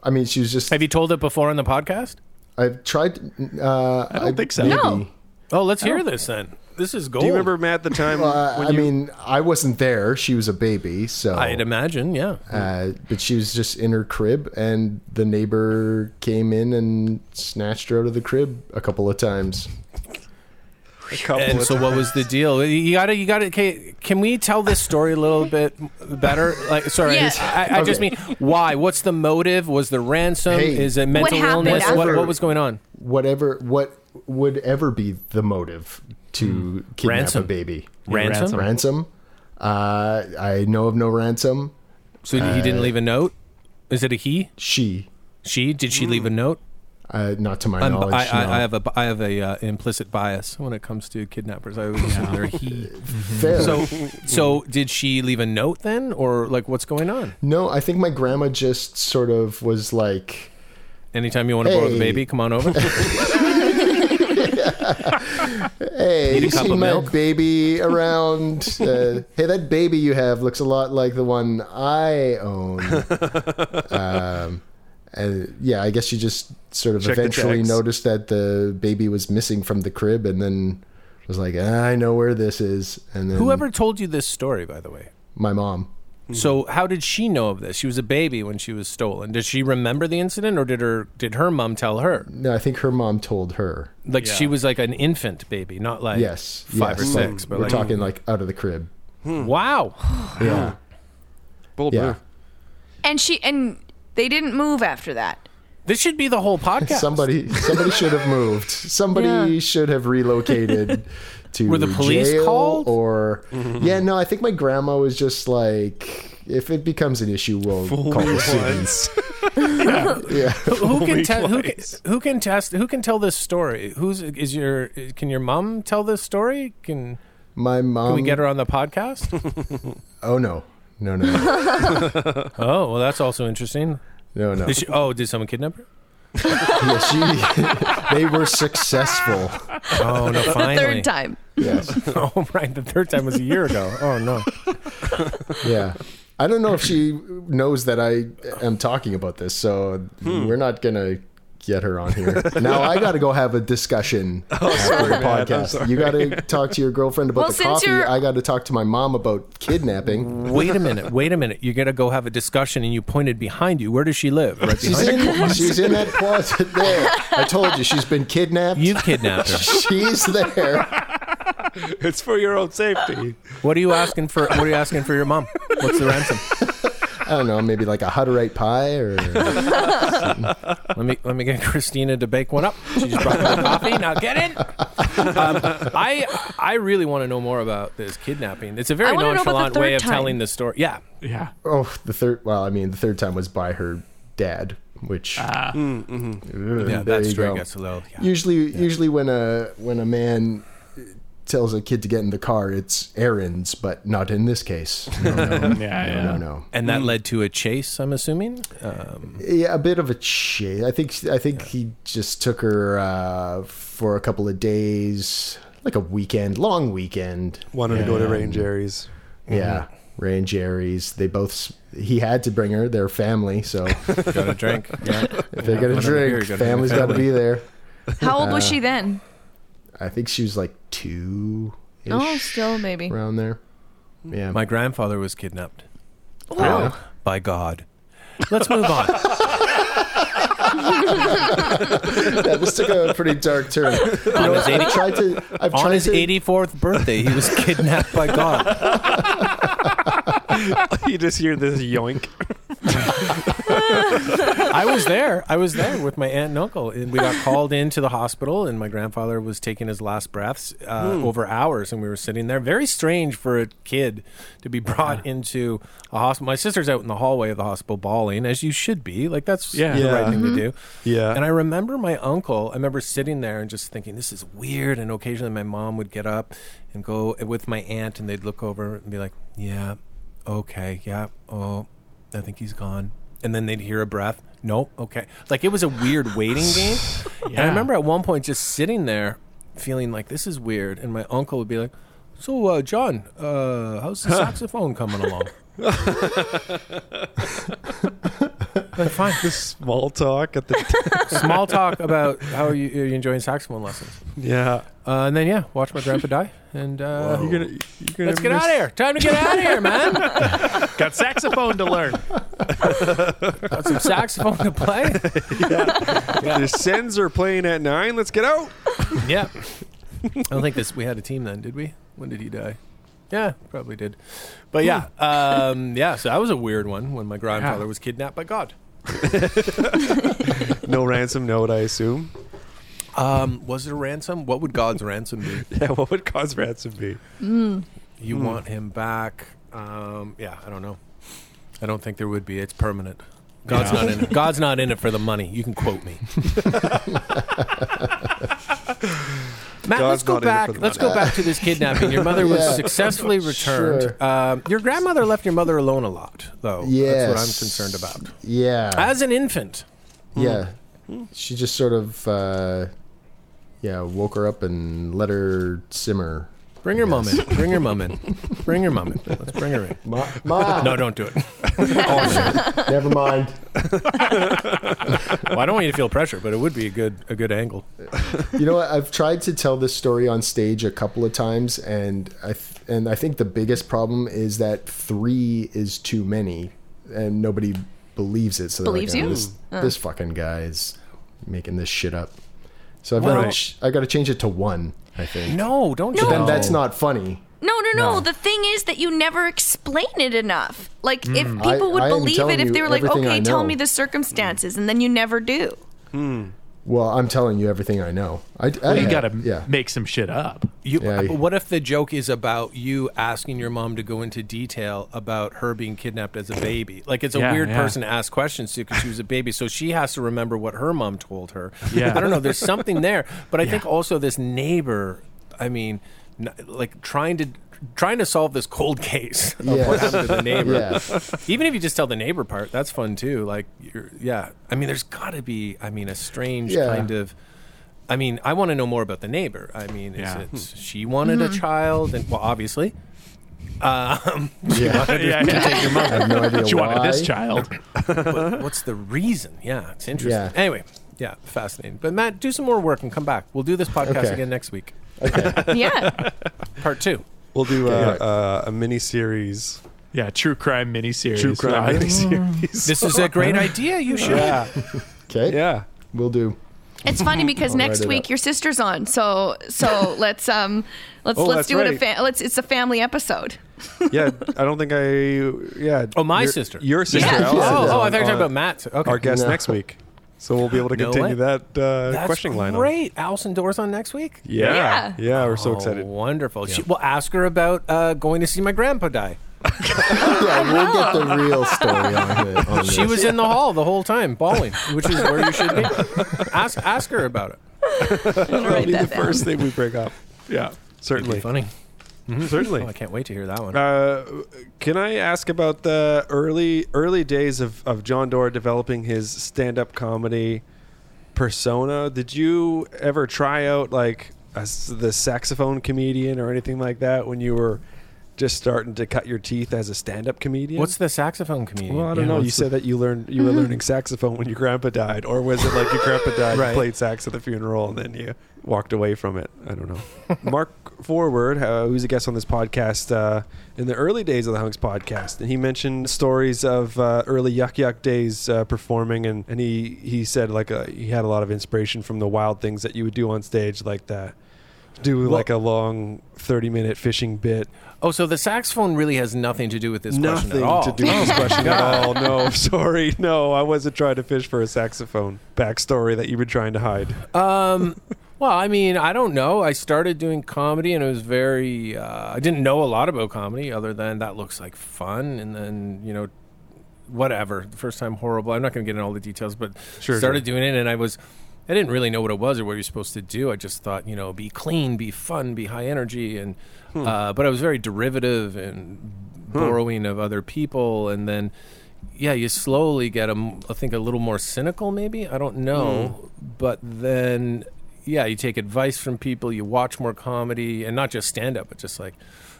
I mean, she was just. Have you told it before on the podcast? I've tried. Uh, I don't think so. Maybe. No. Oh, let's hear this then. This is gold. Do you remember Matt the time? Uh, when I you, mean, I wasn't there. She was a baby, so I'd imagine, yeah. Uh, but she was just in her crib, and the neighbor came in and snatched her out of the crib a couple of times. a couple And of so, what was the deal? You gotta, you gotta. Okay, can we tell this story a little bit better? Like, sorry, Yeah. I, I just mean why? What's the motive? Was the ransom? Hey. is it mental happened illness? What, after- what was going on? Whatever, what would ever be the motive to kidnap Hmm. Ransom. a baby? Ransom. ransom. Ransom. Uh, I know of no ransom. Uh, So he didn't leave a note. Is it a he? She. She? Did she leave a note? Uh, not to my I'm, knowledge. Um, I, I, Mm. no. I have a I have a uh, implicit bias when it comes to kidnappers. I always assume they're he. Fair. *laughs* So so did she leave a note then, or like what's going on? no, I think my grandma just sort of was like, Anytime you want to borrow the Hey. baby, come on *laughs* over. "Hey, Need a you cup see of my milk?" *laughs* baby around? Uh, hey, that baby you have looks a lot like the one *laughs* I own." um, and yeah, I guess she just sort of Check the eventually tags. noticed that the baby was missing from the crib, and then was like, "Ah, "I know where this is." And then Whoever told you this story, by the way. my mom. So how did she know of this? She was a baby when she was stolen. Did she remember the incident, or did her did her mom tell her? No, I think her mom told her. Like Yeah. she was like an infant baby, not like Yes, five yes, or like, six. but we're like, talking like out of the crib. wow. Yeah, Bold yeah. move. And she and they didn't move after that. This should be the *laughs* whole podcast. Somebody, somebody should have moved. Somebody Yeah. should have relocated to Were the police jail called? or yeah. No, I think my grandma was just like, if it becomes an issue, we'll call the police. *laughs* *laughs* Yeah, who can Weak tell who can, links. who can test who can tell this story? Who's is your can your mom tell this story? Can my mom. can we get her on the podcast? Oh no, no, no, *laughs* oh well, that's also interesting. no, no. Did she, oh, did someone kidnap her? Yeah, she- *laughs* they *laughs* were successful. *laughs* Oh no! Finally, Third time. Yes. *laughs* Oh right, the third time was a year ago. Oh no. yeah. I don't know if she knows that I am talking about this, so Hmm. we're not gonna get her on here. Now I gotta go have *laughs* a discussion after the Oh, man. I'm podcast. You gotta talk to your girlfriend about Well, the since coffee. you're- I gotta talk to my mom about kidnapping. Wait a minute. Wait a minute. You gotta go have a discussion, and you pointed behind you. Where does she live? Right She's behind. you? in, she's in that closet there. I told you she's been kidnapped. You kidnapped her. she's there. *laughs* It's for your own safety. What are you asking for? What are you asking for your mom? What's the ransom? I don't know, maybe like a Hutterite *laughs* pie or Let me let me get *laughs* Christina to bake one up. She just brought me the coffee. Now get it. Um, I I really want to know more about this kidnapping. It's a very I wanna know about the nonchalant way third of time. telling the story. Yeah, Yeah. oh the third well, I mean the third time was by her dad, which Ah. Mm-hmm. Ugh, yeah, there that you story go. gets a little. Yeah. Usually, usually when a when a man tells a kid to get in the car, it's errands, but not in this case. No, no, no, Yeah. yeah. no, no. and that led to a chase. I'm assuming. Um, Yeah, a bit of a shit. I think I think he just took her uh, for a couple of days, like a weekend, long weekend. Wanted to go to Range Aries. Yeah, Ray and Jerry's. They both. s- He had to bring her. Their *laughs* family, so if got a drink. *laughs* Yeah. they're Whatever, here, gonna drink, you gotta bring family's the got to family. be there. How old was she then? I think she was like two. Oh, still maybe. around there. Yeah, My grandfather was kidnapped. Yeah. By God. Let's move on. Yeah, this took a pretty *laughs* dark turn. *laughs* You know, his I've tried to. I've On tried his to, 84th birthday, he was kidnapped by God. you just hear this yoink. I was there. I was there with my aunt and uncle. And we got called into the hospital, and my grandfather was taking his last breaths uh, over hours, and we were sitting there. Very strange for a kid to be brought into a hospital. My sister's out in the hallway of the hospital bawling, as you should be. Like, that's Yeah. the right Yeah. thing to do. Yeah. And I remember my uncle, I remember sitting there and just thinking, this is weird. And occasionally my mom would get up and go with my aunt, and they'd look over and be like, yeah, okay, yeah, oh, I think he's gone. And then they'd hear a breath. Nope, okay. Like it was a weird waiting game. And I Yeah. remember at one point just sitting there feeling like this is weird. And my uncle would be like, so, uh, John, uh, how's the saxophone coming along? *laughs* like, fine. Small talk *laughs* at the. small talk about how you, are you enjoying saxophone lessons. yeah. Uh, and then, yeah, watch my grandpa die. And uh, You're gonna. You're gonna let's get miss- out of here. Time to get out of here, man. Got saxophone to learn. Got some saxophone to play. The Sens are playing at nine. Let's get out. *laughs* Yeah. I don't think this. We had a team then, did we? When did he die? Hmm. Yeah, probably did. But yeah, um, yeah. So that was a weird one when my grandfather Yeah. was kidnapped by God. No ransom note, I assume. Um, was it a ransom? What would God's ransom be? *laughs* Yeah. What would cause ransom be? You want him back? Um, yeah, I don't know. I don't think there would be. It's permanent. God's not in it. *laughs* God's not in it for the money. You can quote me. *laughs* Matt, God's not let's go in it for back. the Let's money. go back to this kidnapping. Your *laughs* mother was Yeah. successfully returned. Sure. Um, your grandmother left your mother alone a lot, though. that's what I'm Yes. concerned about. Yeah. As Hmm. an infant, yeah. She just sort of, uh, yeah, woke her up and let her simmer. bring your mum in. Bring your mum in. Bring your mum in. Let's bring her in. Ma, ma No, don't do it. never mind. Well, I don't want you to feel pressure, but it would be a good a good angle. You know what? I've tried to tell this story on stage a couple of times, and I th- and I think the biggest problem is that three is too many, and nobody believes it. So they're Believes like, "Oh, you? This, this fucking guy is making this shit up. So I've got Well- to ch- I got to change it to one. I think. No, don't. No. do Then that. that's not funny. No, no, no, No. The thing is that you never explain it enough. Like, if Mm, I- people would I am believe telling it, if you they were like, everything I okay, tell know." me the circumstances, and then you never *laughs* do. Well, I'm telling you everything I know. I, I you had- got to yeah. make some shit up. You, Yeah, but you- what if the joke is about you asking your mom to go into detail about her being kidnapped as a baby? Like it's a Yeah, weird yeah. person to ask questions to because she was a baby, so she has to remember what her mom told her. Yeah. I don't know. There's something there, but I think also this neighbor. I mean, n- like trying to trying to solve this cold case of what Yes. happened to the neighbor. Yeah. Even if you just tell the neighbor part, that's fun too. Like, you're, yeah, I mean, there's got to be, I mean, a strange Yeah. kind of. I mean, I want to know more about the neighbor. I mean, is Yeah. Hmm. it she wanted a child? And well, *laughs* obviously, *laughs* Yeah. *laughs* yeah, yeah. I *laughs* have no idea She wanted this why. child. but what's the reason? Yeah, it's interesting. Yeah. Anyway, yeah, fascinating. But Matt, do some more work and come back. We'll do this podcast Okay. again next week, Yeah. part two. We'll do uh, Okay. uh, a mini series, Yeah, true crime miniseries. true crime mini series. This is a great idea. You should. yeah, Okay. yeah. We'll do. It's funny because I'll next write it week up. your sister's on, so *laughs* so let's um let's Oh, let's that's do it a right. fa- let's it's a family episode. yeah, I don't think I. Yeah. Oh, my your- sister. Your sister. Yeah. Allison, Oh, is oh, I on- thought you were talking on about Matt. Okay. Our guest No. next week, so we'll be able to No continue way. that uh, That's questioning line. on. great. Alison Doors on next week. Yeah. Yeah. yeah, We're so Oh, excited. Wonderful. She, well, ask her about uh, going to see my grandpa die. Yeah, we'll get the real story on it. on She this. was in the hall the whole time, bawling, which is where you should be. Ask ask her about it. That'll be that the *laughs* down. first thing we break up. *laughs* Yeah. Certainly, Funny. certainly. Oh, I can't wait to hear that one. Uh, can I ask about the early early days of, of John Dora developing his stand up comedy persona? Did you ever try out like a s the saxophone comedian or anything like that when you were just starting to cut your teeth as a stand up comedian? What's the saxophone comedian? well, I don't yeah, know. You what's said that you learned you were learning saxophone when your grandpa died, or was it like your grandpa died, Right. you played sax at the funeral, and then you walked away from it? I don't know. Mark Forward, uh, who's a guest on this podcast uh, in the early days of the Hunks podcast, and he mentioned stories of uh, early Yuck Yuck days uh, performing, and, and he he said like uh, he had a lot of inspiration from the wild things that you would do on stage, like that. Do like a long thirty-minute fishing bit. Oh, so the saxophone really has nothing to do with this question Nothing at all. Oh, to do *laughs* with this question at all. No, sorry. No, I wasn't trying to fish for a saxophone backstory that you were trying to hide. Um, Well, I mean, I don't know. I started doing comedy, and it was very. Uh, I didn't know a lot about comedy other than that looks like fun, and then you know, whatever. The first time horrible. I'm not going to get into all the details, but Sure, started doing it, and I was. I didn't really know what it was or what you're supposed to do. I just thought, you know, be clean, be fun, be high energy, and Hmm. uh, but I was very derivative and borrowing of other people, and then yeah, you slowly get a m- I think a little more cynical, maybe. I don't know, Hmm. but then yeah, you take advice from people, you watch more comedy, and not just stand up, but just like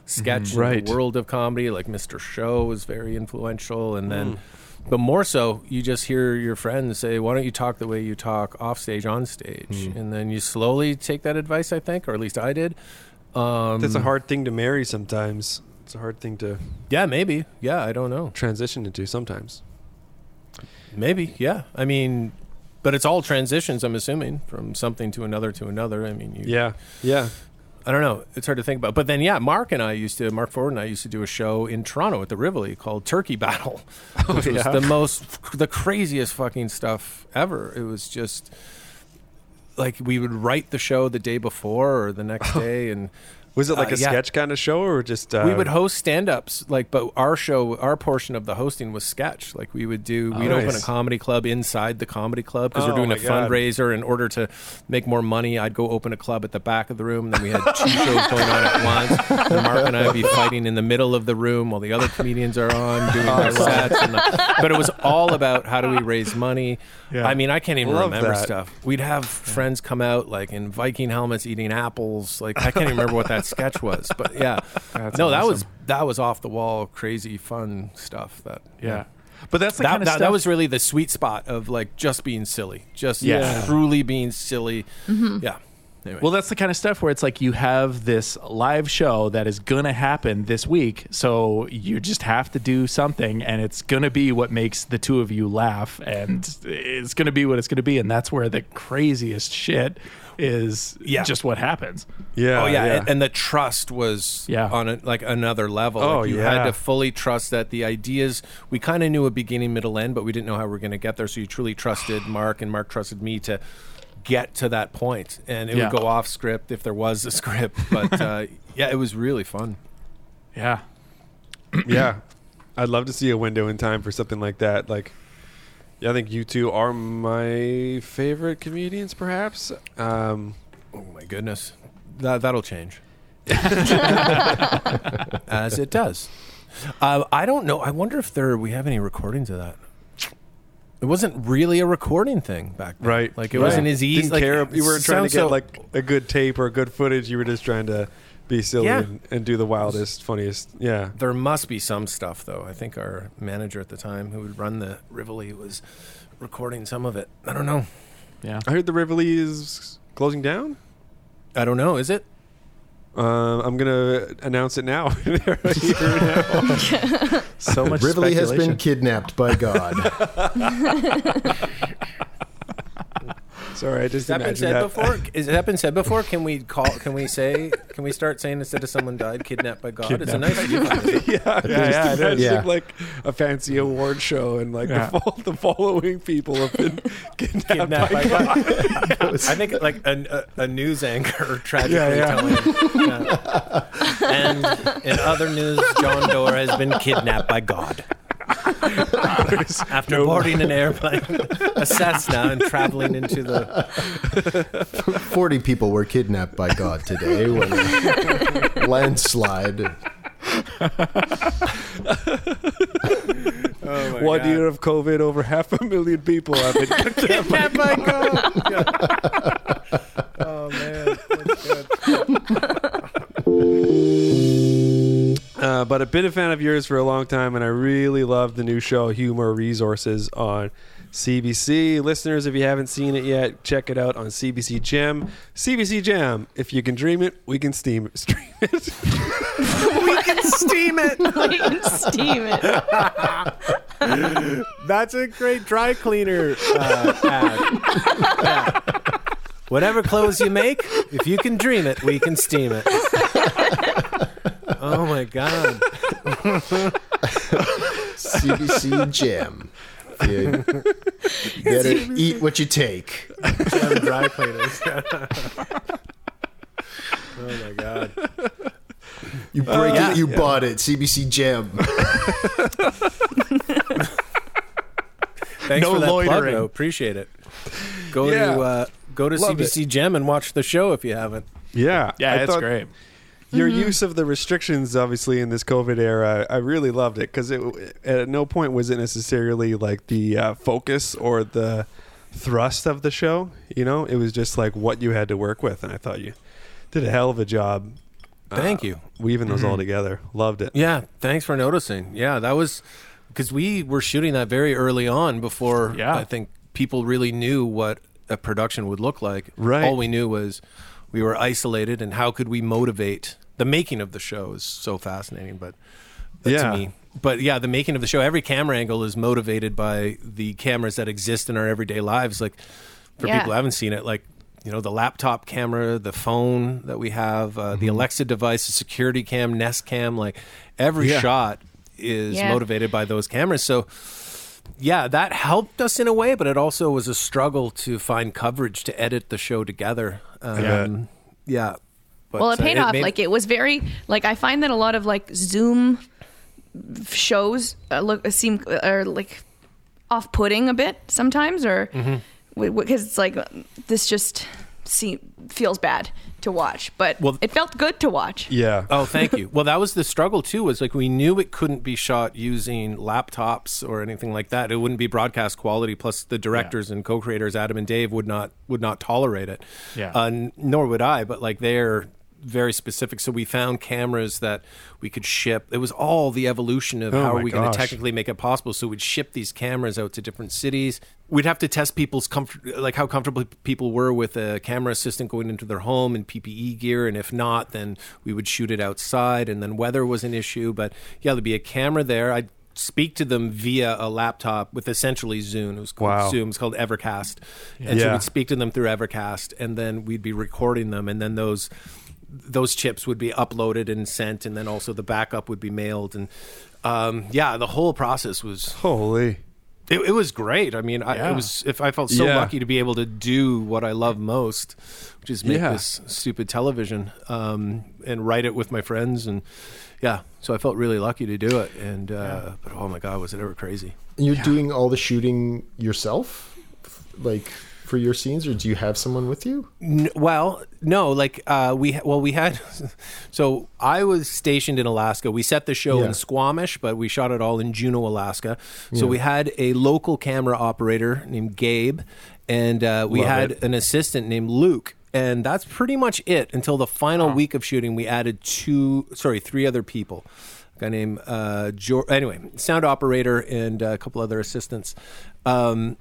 sketch Mm-hmm. and right. the world of comedy. Like Mr. Show was very influential, and Mm. then. But more so, you just hear your friends say, "Why don't you talk the way you talk off stage, on stage?" Mm. And then you slowly take that advice, I think, or at least I did. Um, That's a hard thing to marry sometimes. It's a hard thing to yeah, maybe. Yeah, I don't know. transition into sometimes. Maybe, yeah. I mean, but it's all transitions. I'm assuming from something to another to another. I mean, you, Yeah. Yeah. I don't know. It's hard to think about. But then, yeah, Mark and I used to, Mark Ford and I used to do a show in Toronto at the Rivoli called Turkey Battle, *laughs* which was yeah. the most, the craziest fucking stuff ever. It was just like we would write the show the day before or the next day, and Was it like Uh, a yeah. sketch kind of show or just? Uh, we would host stand-ups like but our show our portion of the hosting was sketch like we would do we'd open a Oh, nice. comedy club inside the comedy club because Oh, we're doing my a God. fundraiser in order to make more money i'd go open a club at the back of the room then we had *laughs* two shows going on at once and mark and i would be fighting in the middle of the room while the other comedians are on doing their sets and the, but it was all about how do we raise money Yeah. i mean i can't even Love remember that. stuff we'd have friends come out like in viking helmets eating apples like i can't even remember what that sketch was but *laughs* yeah no, that was that was off the wall, crazy, fun stuff. That Yeah. But that's the that, kind of that, stuff. that was really the sweet spot of like just being silly, just Yeah. truly being silly. Yeah. Anyway. Well, that's the kind of stuff where it's like you have this live show that is going to happen this week. So you just have to do something and it's going to be what makes the two of you laugh and it's going to be what it's going to be. And that's where the craziest shit is Yeah. just what happens. Yeah. oh yeah, And, and the trust was Yeah. on a, like another level. Oh, like you yeah. had to fully trust that the ideas we kind of knew a beginning, middle, end, but we didn't know how we were going to get there. So you truly trusted Mark, and Mark trusted me to get to that point. And it Yeah. would go off script if there was a *laughs* script, but uh, yeah, it was really fun. Yeah. yeah. I'd love to see a window in time for something like that. Like, yeah, I think you two are my favorite comedians, perhaps. Um, Oh my goodness, that that'll *laughs* change. As it does. Uh, I don't know. I wonder if there we have any recordings of that. It wasn't really a recording thing back then. Right. Like it Right. wasn't as easy. Didn't like, care. it You weren't trying to sounds get so- like a good tape or good footage. You were just trying to be silly Yeah. and, and do the wildest, funniest. Yeah. There must be some stuff though. I think our manager at the time, who would run the Rivoli, was recording some of it. I don't know. Yeah. I heard the Rivoli is closing down. I don't know. Is it? Um, I'm gonna announce it now. *laughs* So much Rivoli has speculation. been kidnapped by God. Sorry, I just Has that been imagined said that. before? Is that been said before? Can we call? Can we say? Can we start saying instead of someone died, kidnapped by God? It's a *laughs* nice *laughs* idea. yeah, yeah, yeah, it is. Yeah. like a fancy award show, and like Yeah. the, fol- *laughs* the following people have been kidnapped. Kidnapped by God. I *laughs* think like a, a, a news anchor *laughs* tragically telling. yeah. And in other news, John Doerr has been kidnapped by God. After boarding an airplane, a Cessna, and traveling into the 40 people were kidnapped by God today *laughs* when a landslide. Oh One year of COVID, over half a million people have *laughs* been kidnapped. kidnapped by God. *laughs* Oh man, that's good. *laughs* uh, but a bit of fan of yours for a long time, and I really love the new show Humor Resources on CBC. Listeners, if you haven't seen it yet, check it out on CBC Gem. CBC Gem. If you can dream it, we can steam *laughs* stream it. *laughs* Steam it. *laughs* Like, steam it. That's a great dry cleaner uh, ad. Yeah. Whatever clothes you make, if you can dream it, we can steam it. Oh my god! CBC Gem. You get it, eat what you take. Damn dry cleaners. *laughs* oh my god! You break Uh, yeah. it, you bought it. CBC Gem. Thanks No for that plug, loitering. though. Appreciate it. Go Yeah. to uh, go to Love CBC Gem and watch the show if you haven't. yeah, Yeah, I it's thought great. Your use of the restrictions, obviously, in this COVID era, I really loved it because it at no point was it necessarily like the uh, focus or the thrust of the show. You know, it was just like what you had to work with, and I thought you did a hell of a job Uh, Thank you. weaving those all together. Loved it. Yeah, thanks for noticing. Yeah, that was because we were shooting that very early on before Yeah. I think people really knew what a production would look like. Right. All we knew was we were isolated and how could we motivate the making of the show is so fascinating, but but Yeah. to me. But yeah, the making of the show, every camera angle is motivated by the cameras that exist in our everyday lives. Like for Yeah. people who haven't seen it, like you know, the laptop camera, the phone that we have, uh, the Alexa device, the security cam, Nest Cam, like every Yeah. shot is Yeah. motivated by those cameras. So yeah, that helped us in a way, but it also was a struggle to find coverage to edit the show together. Um, yeah. But, well, it uh, paid off. made- like it was very like I find that a lot of like Zoom f- shows uh, look seem are like off-putting a bit sometimes, or Mm-hmm. because it's like this just seem feels bad to watch. But Well- it felt good to watch. Yeah. Oh, thank you. Well, that was the struggle too. Was like we knew it couldn't be shot using laptops or anything like that. It wouldn't be broadcast quality. Plus, the directors and co-creators Adam and Dave would not would not tolerate it. Yeah. Uh, n- nor would I. But like they're very specific. So we found cameras that we could ship. It was all the evolution of how Oh my are we going gosh. to technically make it possible. So we'd ship these cameras out to different cities. We'd have to test people's comfort, like how comfortable people were with a camera assistant going into their home and PPE E gear. And if not, then we would shoot it outside. And then weather was an issue. But yeah, there'd be a camera there. I'd speak to them via a laptop with essentially Zoom. It was called Wow. Zoom. It's called Evercast. And so Yeah. we'd speak to them through Evercast, and then we'd be recording them, and then those those chips would be uploaded and sent, and then also the backup would be mailed, and um, yeah, the whole process was Holy. it, it was great. I mean, I, Yeah. it was if I felt so Yeah. lucky to be able to do what I love most, which is make Yeah. this stupid television um, and write it with my friends, and yeah, so I felt really lucky to do it, and uh, but oh my god, was it ever crazy? And you're doing all the shooting yourself, F- like for your scenes, or do you have someone with you? N- well, no, like uh, we ha- well we had *laughs* so I was stationed in Alaska. We set the show Yeah. in Squamish, but we shot it all in Juneau, Alaska. So we had a local camera operator named Gabe, and uh, we had an assistant named Luke. And that's pretty much it until the final week of shooting. We added two, sorry, three other people. A guy named uh, George, anyway, sound operator and uh, a couple other assistants. Um,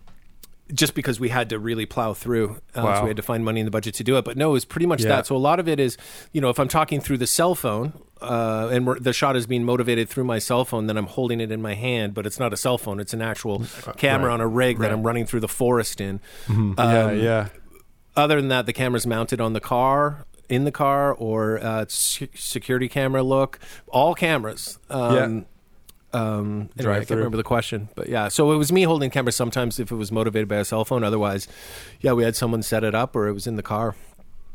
just because we had to really plow through. Um, So Wow. we had to find money in the budget to do it. But no, it was pretty much Yeah. that. So a lot of it is, you know, if I'm talking through the cell phone uh, and we're, the shot is being motivated through my cell phone, then I'm holding it in my hand, but it's not a cell phone. It's an actual camera on a rig that I'm running through the forest in. Mm-hmm. Um, yeah, yeah. Other than that, the camera's mounted on the car. In the car, or uh, se- security camera look, all cameras. Um, um, anyway, I can't Drive-through. remember the question, but yeah. So it was me holding camera sometimes if it was motivated by a cell phone. Otherwise, yeah, we had someone set it up or it was in the car.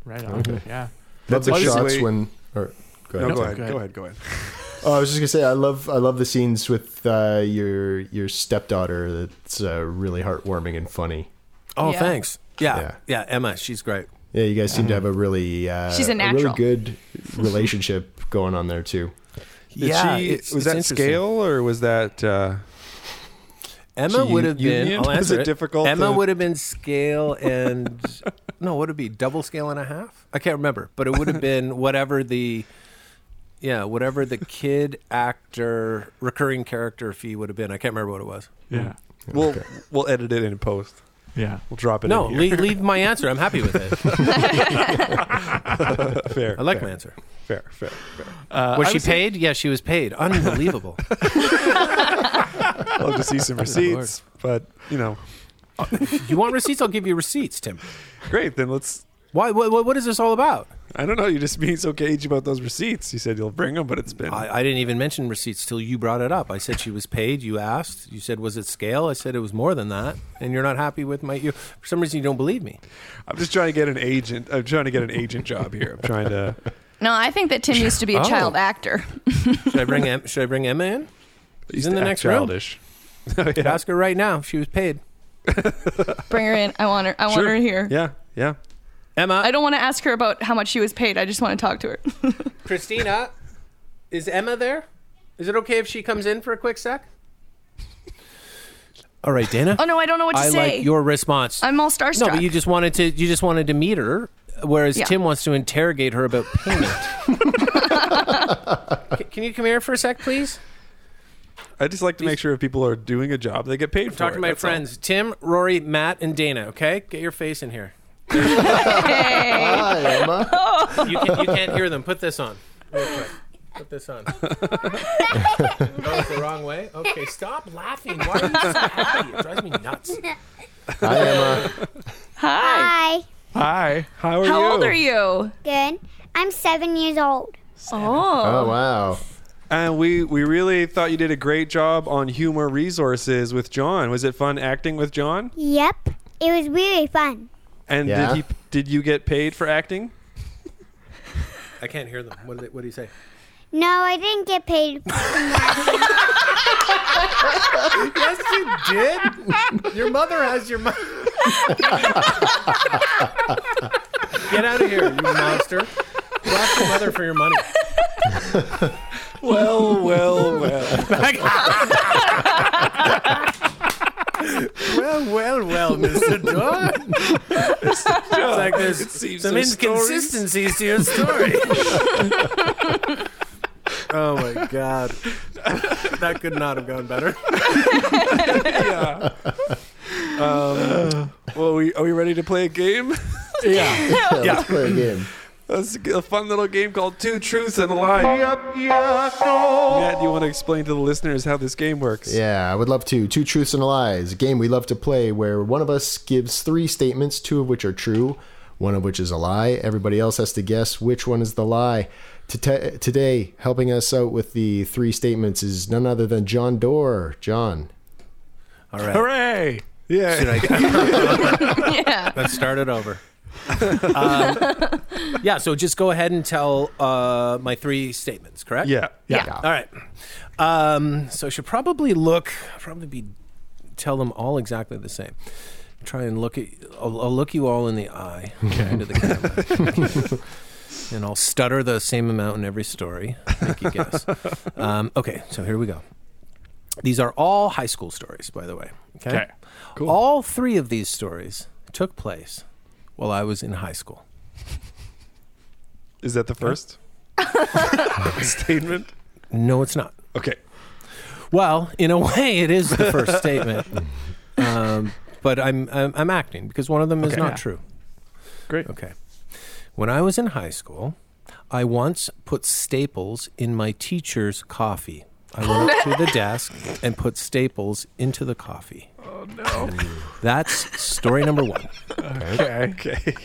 Right on. Yeah. Love the That's shots actually- when. Or, go No, ahead. go ahead. go Go ahead. ahead. Go ahead. Oh, I was just gonna say, I love, I love the scenes with uh, your your stepdaughter. That's uh, really heartwarming and funny. Oh, Yeah. thanks. Yeah, Yeah. yeah, Emma, she's great. Yeah, you guys seem to have a really, uh, She's a really natural. good relationship going on there too. Did she, it's- was it's that interesting. scale or was that? Uh, Emma She would have been. union? I'll Was answer it difficult Emma to- would have been scale and *laughs* no, would it be double scale and a half? I can't remember, but it would have been whatever the yeah whatever the kid actor recurring character fee would have been. I can't remember what it was. Yeah. we'll we'll edit it in post. Yeah. We'll drop it. No, in here. leave, leave my answer. I'm happy with it. *laughs* fair, I like my answer. fair, fair, fair. Uh, Was I she paid? yeah, she was *laughs* paid. Unbelievable. I'll just see *laughs* some receipts, but you know, you want receipts? I'll give you receipts, Tim. great. Then let's. Why? What, what is this all about? I don't know. You just being so cagey about those receipts. You said you'll bring them, but it's been. I, I didn't even mention receipts till you brought it up. I said she was paid. You asked. You said was it scale? I said it was more than that. And you're not happy with my. You for some reason you don't believe me. I'm just trying to get an agent. I'm trying to get an agent job here. I'm trying *laughs* to. No, I think that Tim used to be a Oh. child actor. Should I bring em, Should I bring Emma in? She's in the Act next room. childish. Ask her right now. if She was paid. Bring her in. I want her. I want Sure. her here. Yeah, yeah. Emma. I don't want to ask her about how much she was paid. I just want to talk to her. *laughs* Christina, is Emma there? Is it okay if she comes in for a quick sec? All right, Dana. Oh no, I don't know what to I say. like your response. I'm all starstruck. no, but you just wanted to. You just wanted to meet her, whereas Yeah. Tim wants to interrogate her about payment. C- Can you come here for a sec, please? I just like to make sure if people are doing a job, they get paid for Talk it. to my that's all. friends, Tim, Rory, Matt, and Dana. Okay, get your face in here. Hey. Hi, Emma. You, can, you can't hear them. Put this on. Real quick. Put this on. oh, it's the wrong way. Okay, stop laughing. Why are you so happy? It drives me nuts. Hi, *laughs* Emma. Hi. Hi. Hi. How are How you? old are you? Good. I'm seven years old. Oh. Oh wow. And we we really thought you did a great job on humor resources with John. Was it fun acting with John? Yep. It was really fun. And Yeah. did he did you get paid for acting? I can't hear them. What do, they, what do you say? No, I didn't get paid. Yes, you did. Your mother has your money. Get out of here, you monster. You asked your mother for your money. Well, well, well. Well, well, well, Mr. *laughs* Dawn. it's like there's seems some there's stories. inconsistencies to your story. *laughs* oh my god. That could not have gone better. Yeah. Um, well, we, are we ready to play a game? *laughs* Yeah, Let's play a game. That's a fun little game called Two Truths and a Lie. Matt, do you want to explain to the listeners how this game works? Yeah, I would love to. Two truths and a lies, a game we love to play where one of us gives three statements, two of which are true, one of which is a lie. Everybody else has to guess which one is the lie. Tote- today, helping us out with the three statements is none other than John Doerr. John. All right. Hooray! Yeah. Should I *laughs* yeah. let's start it over. um, yeah, so just go ahead and tell uh, my three statements, correct? Yeah. Yeah. All right. Um, so I should probably look, probably be, tell them all exactly the same. Try and look at, I'll, I'll look you all in the eye into the camera, and I'll stutter the same amount in every story. Make you guess. um, okay, so here we go. These are all high school stories, by the way. Okay. Okay. Cool. All three of these stories took place while I was in high school. Is that the first *laughs* statement? No, it's not. Okay. Well, in a *laughs* way, it is the first statement, um, but I'm, I'm I'm acting because one of them is Okay. not Yeah. true. Great. Okay. When I was in high school, I once put staples in my teacher's coffee. I went up to the desk and put staples into the coffee. Oh no! That's story number one. Okay. Okay.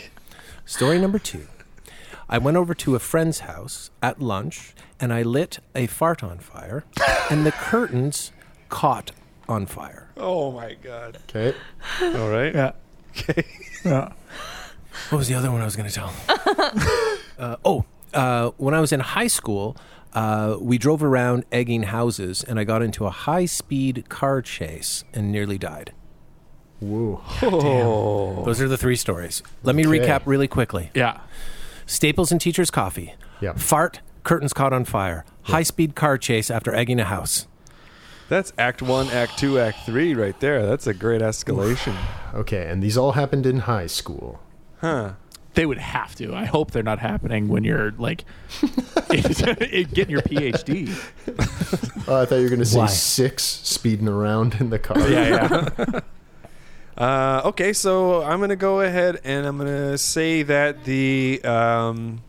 Story number two. I went over to a friend's house at lunch and I lit a fart on fire, and the curtains caught on fire. *laughs* Oh my god. Okay. All right. Yeah. Okay. Yeah. What was the other one I was going to tell? uh, oh, uh, when I was in high school, uh, we drove around egging houses, and I got into a high speed car chase and nearly died. Woo. Those are the three stories. Let me Okay. recap really quickly Yeah. Staples and Teacher's Coffee, Yeah. fart, curtains caught on fire, high speed car chase after egging a house. That's act 1, act 2, act 3 right there. That's a great escalation. Okay, and these all happened in high school. They would have to. I hope they're not happening when you're like *laughs* getting your PhD. Oh, I thought you were going to say Why? six speeding around in the *laughs* car. Yeah, *laughs* Uh, okay, so I'm gonna go ahead and I'm gonna say that the um,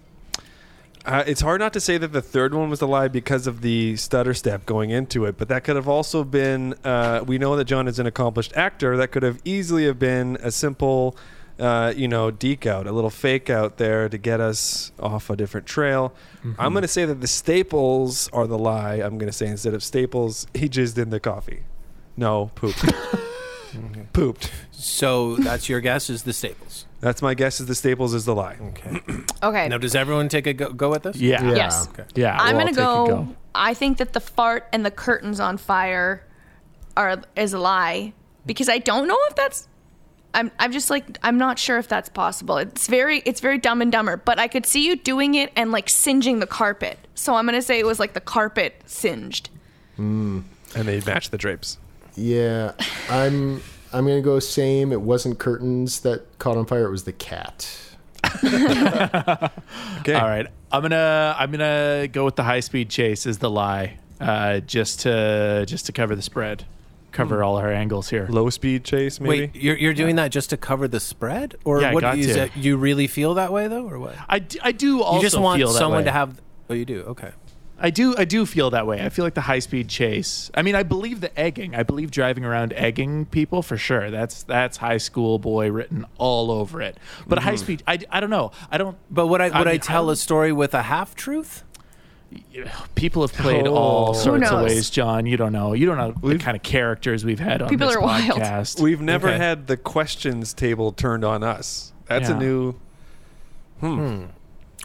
uh, it's hard not to say that the third one was the lie because of the stutter step going into it, but that could have also been. Uh, we know that John is an accomplished actor. That could have easily have been a simple, uh, you know, deke out, a little fake out there to get us off a different trail. Mm-hmm. I'm gonna say that the staples are the lie. I'm gonna say instead of staples, he jizzed in the coffee. No, *laughs* pooped. pooped. So that's your guess is the Staples. That's my guess. Is the Staples is the lie. Okay. Okay. Now, does everyone take a go, go at this? yeah. Yeah. Yes. Okay. Yeah. I'm well, gonna I'll go, take a go. I think that the fart and the curtains on fire are is a lie because I don't know if that's. I'm I'm just like I'm not sure if that's possible. It's very it's very dumb and dumber. But I could see you doing it and like singeing the carpet. So I'm gonna say it was like the carpet singed. *clears throat* And they match the drapes. *laughs* Yeah, I'm. I'm gonna go same. It wasn't curtains that caught on fire. It was the cat. Okay. All right. I'm gonna I'm gonna go with the high speed chase is the lie. Uh, just to just to cover the spread, cover Hmm. all our angles here. Low speed chase, maybe. Wait, you're, you're doing that just to cover the spread, or Yeah, I what got is to. it? You really feel that way though, or what? I, d- I do also you just want feel that someone way. to have. Oh, you do. Okay. I do I do feel that way. I feel like the high speed chase. I mean, I believe the egging. I believe driving around egging people for sure. That's that's high school boy written all over it. But Hmm. high speed. I, I don't know. I don't. But would I would I, mean, I tell a don't- story with a half truth? People have played Oh. all sorts of knows? ways, John. You don't know. You don't know the kind of characters we've had on People this are wild. podcast. We've never Okay. had the questions table turned on us. That's Yeah. a new.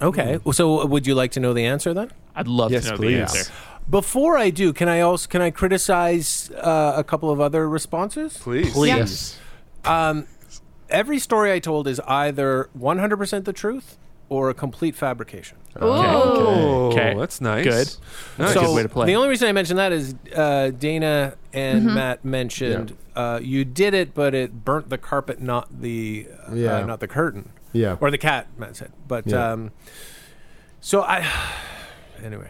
Okay. Well, Mm. So, would you like to know the answer then? I'd love Yes, to know please. the answer. Before I do, can I also can I criticize uh, a couple of other responses? Please. Please. Um, Every story I told is either 100% the truth or a complete fabrication. Oh, Okay. that's nice. Good. Nice. That's a good way to play. The only reason I mentioned that is uh, Dana and Matt mentioned uh, you did it, but it burnt the carpet, not the uh, Yeah. not the curtain. Yeah. or the cat. Matt said, but Yeah. um, so I *sighs* anyway,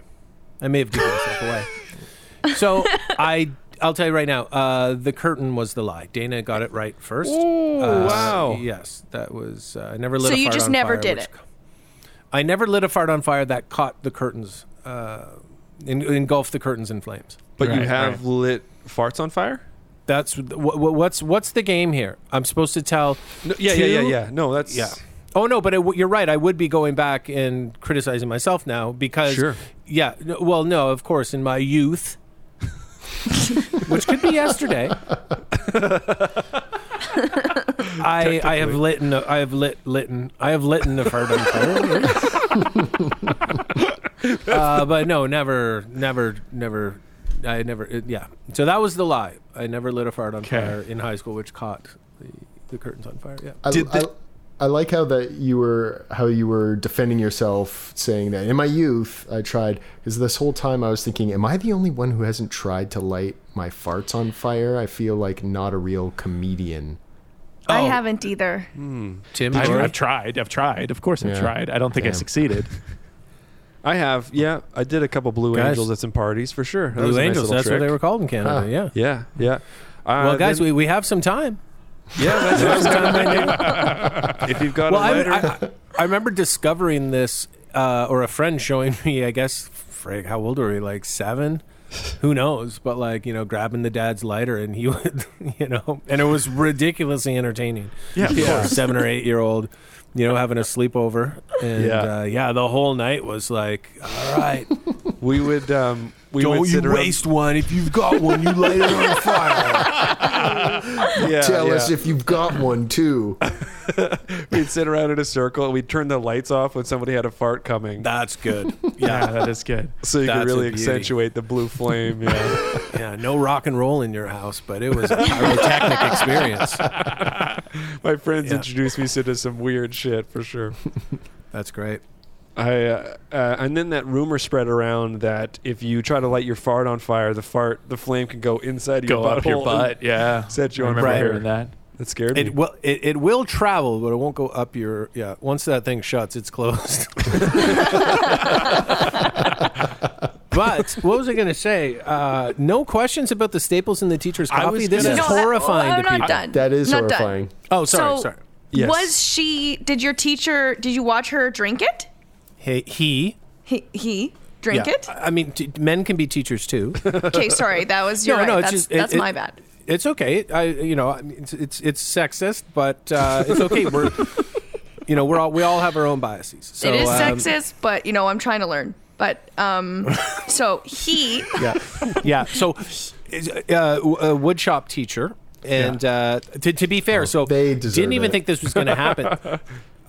I may have given myself away. *laughs* So I I'll tell you right now, uh, the curtain was the lie. Dana got it right first. Uh, wow. Yes, that was. Uh, I never lit. So a you fart just on never fire, did which- it? I never lit a fart on fire that caught the curtains, uh, en- engulfed the curtains in flames. But you Right, have lit farts on fire? That's wh- wh- what's what's the game here? I'm supposed to tell. No, yeah, yeah, two- yeah, yeah. No, that's Yeah. Oh no, but it, w- you're right. I would be going back and criticizing myself now because Sure. yeah, no, well, no, of course, in *laughs* my youth, which could be yesterday, I I have lit a, I have lit litten I have litten a fart on *laughs* fire. uh, but no, never, never, never. I never, it, yeah. So that was the lie. I never lit a fart on fire in high school, which caught the, the curtains on fire. Yeah. I, Did I, the- I like how that you were how you were defending yourself, saying that in my youth I tried because this whole time I was thinking, am I the only one who hasn't tried to light my farts on fire? I feel like not a real comedian. Oh. I haven't either. Tim, I've, Jordan? I've tried. I've tried. Of course, I've Yeah. tried. I don't think I Damn. *laughs* succeeded. I have. Yeah, I did a couple Blue Guys. Angels at some parties for sure. That was Blue a nice Angels. little that's what trick. they were called in Canada. Huh. Yeah. Yeah, yeah. Uh, Well, guys, then- we, we have some time. *laughs* yeah, that's what I was gonna do. If you've got Well, a I, lighter, I, I remember discovering this, uh, or a friend showing me. I guess, frig, how old were we? Like seven. Who knows? But like you know, grabbing the dad's lighter, and he *laughs* would, you know, and it was ridiculously entertaining. Yeah, of yeah. course. seven or eight year old, you know, having a sleepover, and Yeah. yeah, uh, yeah the whole night was like, all right, we would um, we don't would you sit around- waste one if you've got one, you light it on fire. *laughs* Yeah, Tell yeah. us if you've got one too. we'd sit around in a circle and we'd turn the lights off when somebody had a fart coming, That's good. yeah, that is good. *laughs* so you could that's a really beauty. accentuate the blue flame. Yeah. *laughs* Yeah, no rock and roll in your house, but it was a pyrotechnic experience. My friends Yeah. introduced me to some weird shit for sure. That's great. *laughs* I uh, uh, and then that rumor spread around that if you try to light your fart on fire, the fart the flame can go inside of Go your up your butthole butt. and- Yeah. set you I on remember fire. hearing that. That scared me. It will it, it will travel, but it won't go up your yeah. Once that thing shuts, it's closed. *laughs* but what was I going to say? Uh, no questions about the staples in the teacher's I coffee. was This gonna- is No, that- oh, horrifying I'm to not people. done. That is Not done. horrifying. Oh, sorry, So- sorry. Yes. Was she? Did your teacher? Did you watch her drink it? Hey, he. He, he drink yeah. it? I mean, t- men can be teachers too. *laughs* Okay, sorry, that was your. No, right. no, it's that's just- it- that's it- my bad. It's okay. I, you know, I mean, it's, it's it's sexist, but uh, it's okay. We're, *laughs* you know, we're all we all have our own biases. So, it is um, sexist, but you know I'm trying to learn. But *laughs* um, so he *laughs* Yeah. So, is- uh, w- a woodshop teacher, and uh, to, to be fair, so Oh, they deserve didn't even it. think this was *laughs* going to happen.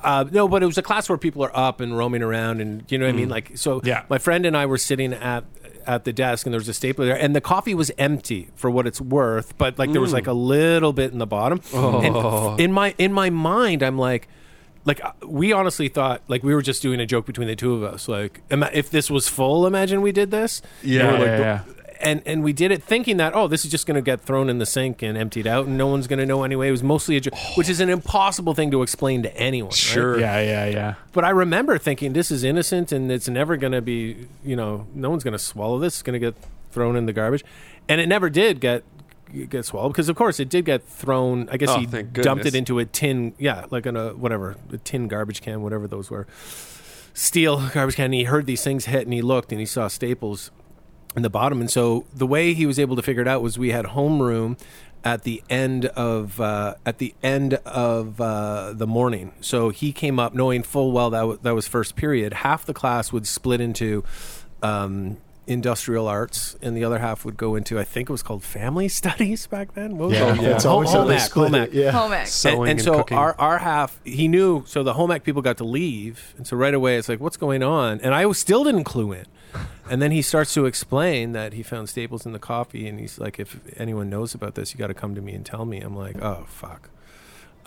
Uh, no, but it was a class where people are up and roaming around, and you know what Mm. I mean. Like, so Yeah. my friend and I were sitting at at the desk, and there was a stapler there, and the coffee was empty for what it's worth, but like there was Mm. like a little bit in the bottom. Oh. And in my in my mind, I'm like. Like uh, we honestly thought, like we were just doing a joke between the two of us. Like, ima- if this was full, imagine we did this. Yeah, And we're like, yeah, yeah. and and we did it thinking that oh this is just going to get thrown in the sink and emptied out and no one's going to know anyway it was mostly a joke which is an impossible thing to explain to anyone right? sure. Yeah, yeah, yeah. but i remember thinking this is innocent and it's never going to be you know no one's going to swallow this it's going to get thrown in the garbage and it never did get get swallowed because of course it did get thrown i guess Oh, he thank dumped goodness. it into a tin yeah like in a whatever a tin garbage can whatever those were steel garbage can and he heard these things hit and he looked and he saw staples in the bottom. And so the way he was able to figure it out was we had homeroom at the end of uh, at the end of uh, the morning. So he came up knowing full well that w- that was first period. Half the class would split into. Um, industrial arts, and the other half would go into I think it was called family *laughs* studies back then. What was Yeah, it? it's Home- always how home they ec, split home it, ec. Yeah. Home ec. Sewing and, and and so cooking. our our half he knew so the home ec people got to leave and so right away it's like what's going on and i was- still didn't clue in and then he starts to explain that he found staples in the coffee and he's like if anyone knows about this you got to come to me and tell me i'm like oh fuck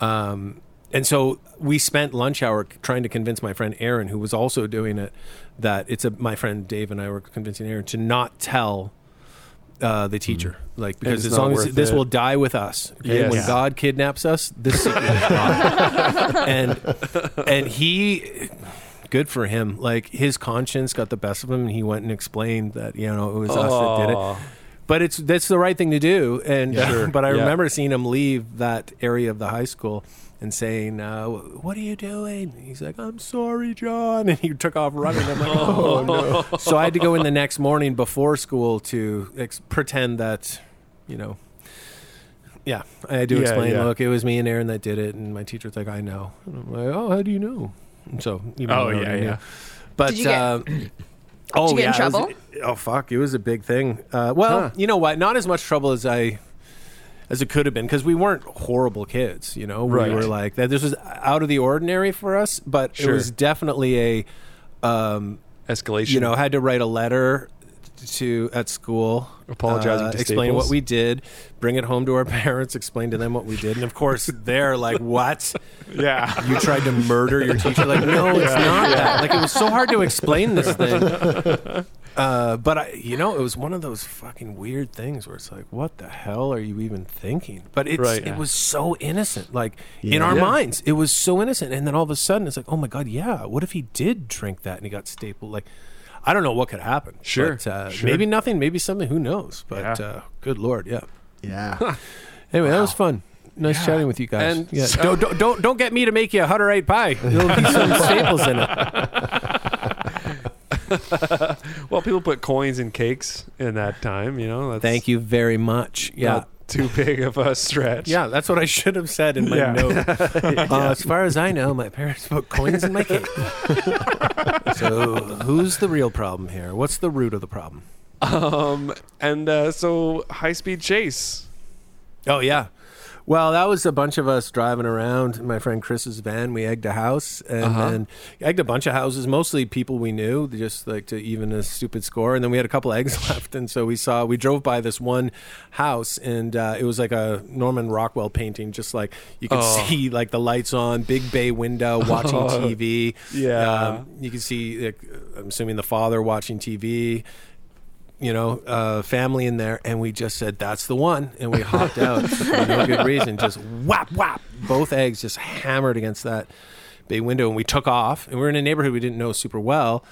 um, and so we spent lunch hour c- trying to convince my friend Aaron, who was also doing it, that it's a my friend Dave and I were convincing Aaron to not tell uh, the teacher, like because Mm. It's as long not as worth this it. will die with us. Okay? Yes. When Yeah. God kidnaps us, this secret *laughs* is gone. and and he. Good for him. Like his conscience got the best of him, and he went and explained that you know it was us that did it Aw. but it's that's the right thing to do. And Sure. *laughs* but I Yeah. remember seeing him leave that area of the high school and saying, uh, "What are you doing?" He's like, "I'm sorry, John," *laughs* and he took off running. *laughs* I'm like, "Oh no!" So I had to go in the next morning before school to ex- pretend that, you know. Yeah, I had to Yeah, explain. yeah. Look, it was me and Aaron that did it, and my teacher's like, "I know." And I'm like, "Oh, how do you know?" And so, even Oh, though I yeah, already yeah. knew. But *coughs* Did you get- uh, *coughs* oh, you get in yeah, it was- trouble? oh fuck, it was a big thing. Uh, well, you know what? Not as much trouble as I as it could have been because we weren't horrible kids. You know, Right. we were like that. This was out of the ordinary for us, but Sure. it was definitely a um, Escalation. you know had to write a letter to at school Apologizing to explain Staples. what we did bring it home to our *laughs* parents explain to them what we did and of course they're like *laughs* what Yeah. you tried to murder your teacher. Like, no, it's not that. Like, it was so hard to explain this thing. *laughs* Uh, but I, you know, it was one of those fucking weird things where it's like, what the hell are you even thinking? But it's Right, it yeah. was so innocent, like in our Yeah. minds, it was so innocent. And then all of a sudden, it's like, oh my god, yeah. What if he did drink that and he got stapled? Like, I don't know what could happen. Sure, but, uh, sure. maybe nothing, maybe something. Who knows? But Yeah. uh, good lord, yeah. Yeah. Anyway, that was fun. Nice chatting with you guys. And *laughs* yeah. so- don't, don't don't don't get me to make you a Hutter eight pie. *laughs* There'll be some staples in it. well, people put coins in cakes in that time. You know. That's Thank you very much. Yeah. Not too big of a stretch. yeah, that's what I should have said in my Yeah. note. Uh, as far as I know, my parents put coins in my *laughs* cake. so, who's the real problem here? What's the root of the problem? Um. And uh, so high speed chase. Oh yeah. Well, that was a bunch of us driving around in my friend Chris's van. We egged a house and Uh-huh. then egged a bunch of houses, mostly people we knew, just like to even a stupid score. And then we had a couple eggs *laughs* left, and so we saw we drove by this one house, and uh, it was like a Norman Rockwell painting, just like you could Oh. see like the lights on, big bay window, *laughs* watching TV. Yeah. you can see. Like, I'm assuming the father watching TV you know, uh, family in there, and we just said that's the one, and we hopped out for no good reason. Just whap whap, both eggs just hammered against that bay window, and we took off. And we were in a neighborhood we didn't know super well,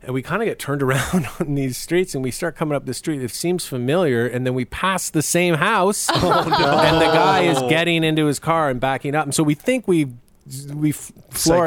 and we kind of get turned *laughs* around on these streets, and we start coming up the street. It seems familiar, and then we pass the same house, *laughs* Oh, *laughs* and the guy is getting into his car and backing up, and so we think we. We f- floor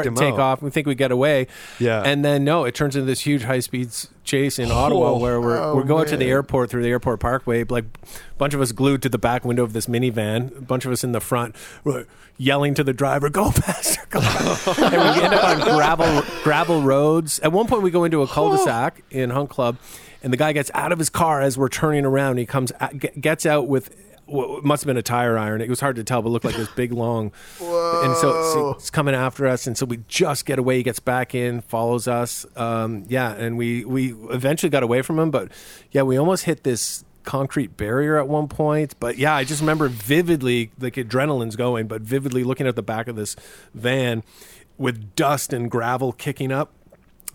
Psyched it, him take out. off. We think we get away, Yeah. And then no, it turns into this huge high speed chase in Ottawa Oh. where we're Oh, we're going to the man. airport through the airport parkway, like a bunch of us glued to the back window of this minivan, a bunch of us in the front, we're yelling to the driver, "Go *laughs* faster!" Go faster." and we end up on gravel gravel roads. At one point, we go into a cul-de-sac in Hunt Club, and the guy gets out of his car as we're turning around. He comes out, ge- gets out with. What must have been a tire iron. It was hard to tell, but looked like this big long. And so it's- Whoa. it's coming after us, and so we just get away. He gets back in, follows us. Um, yeah, and we we eventually got away from him, but yeah, we almost hit this concrete barrier at one point. But yeah, I just remember vividly, like adrenaline's going, but vividly looking at the back of this van with dust and gravel kicking up.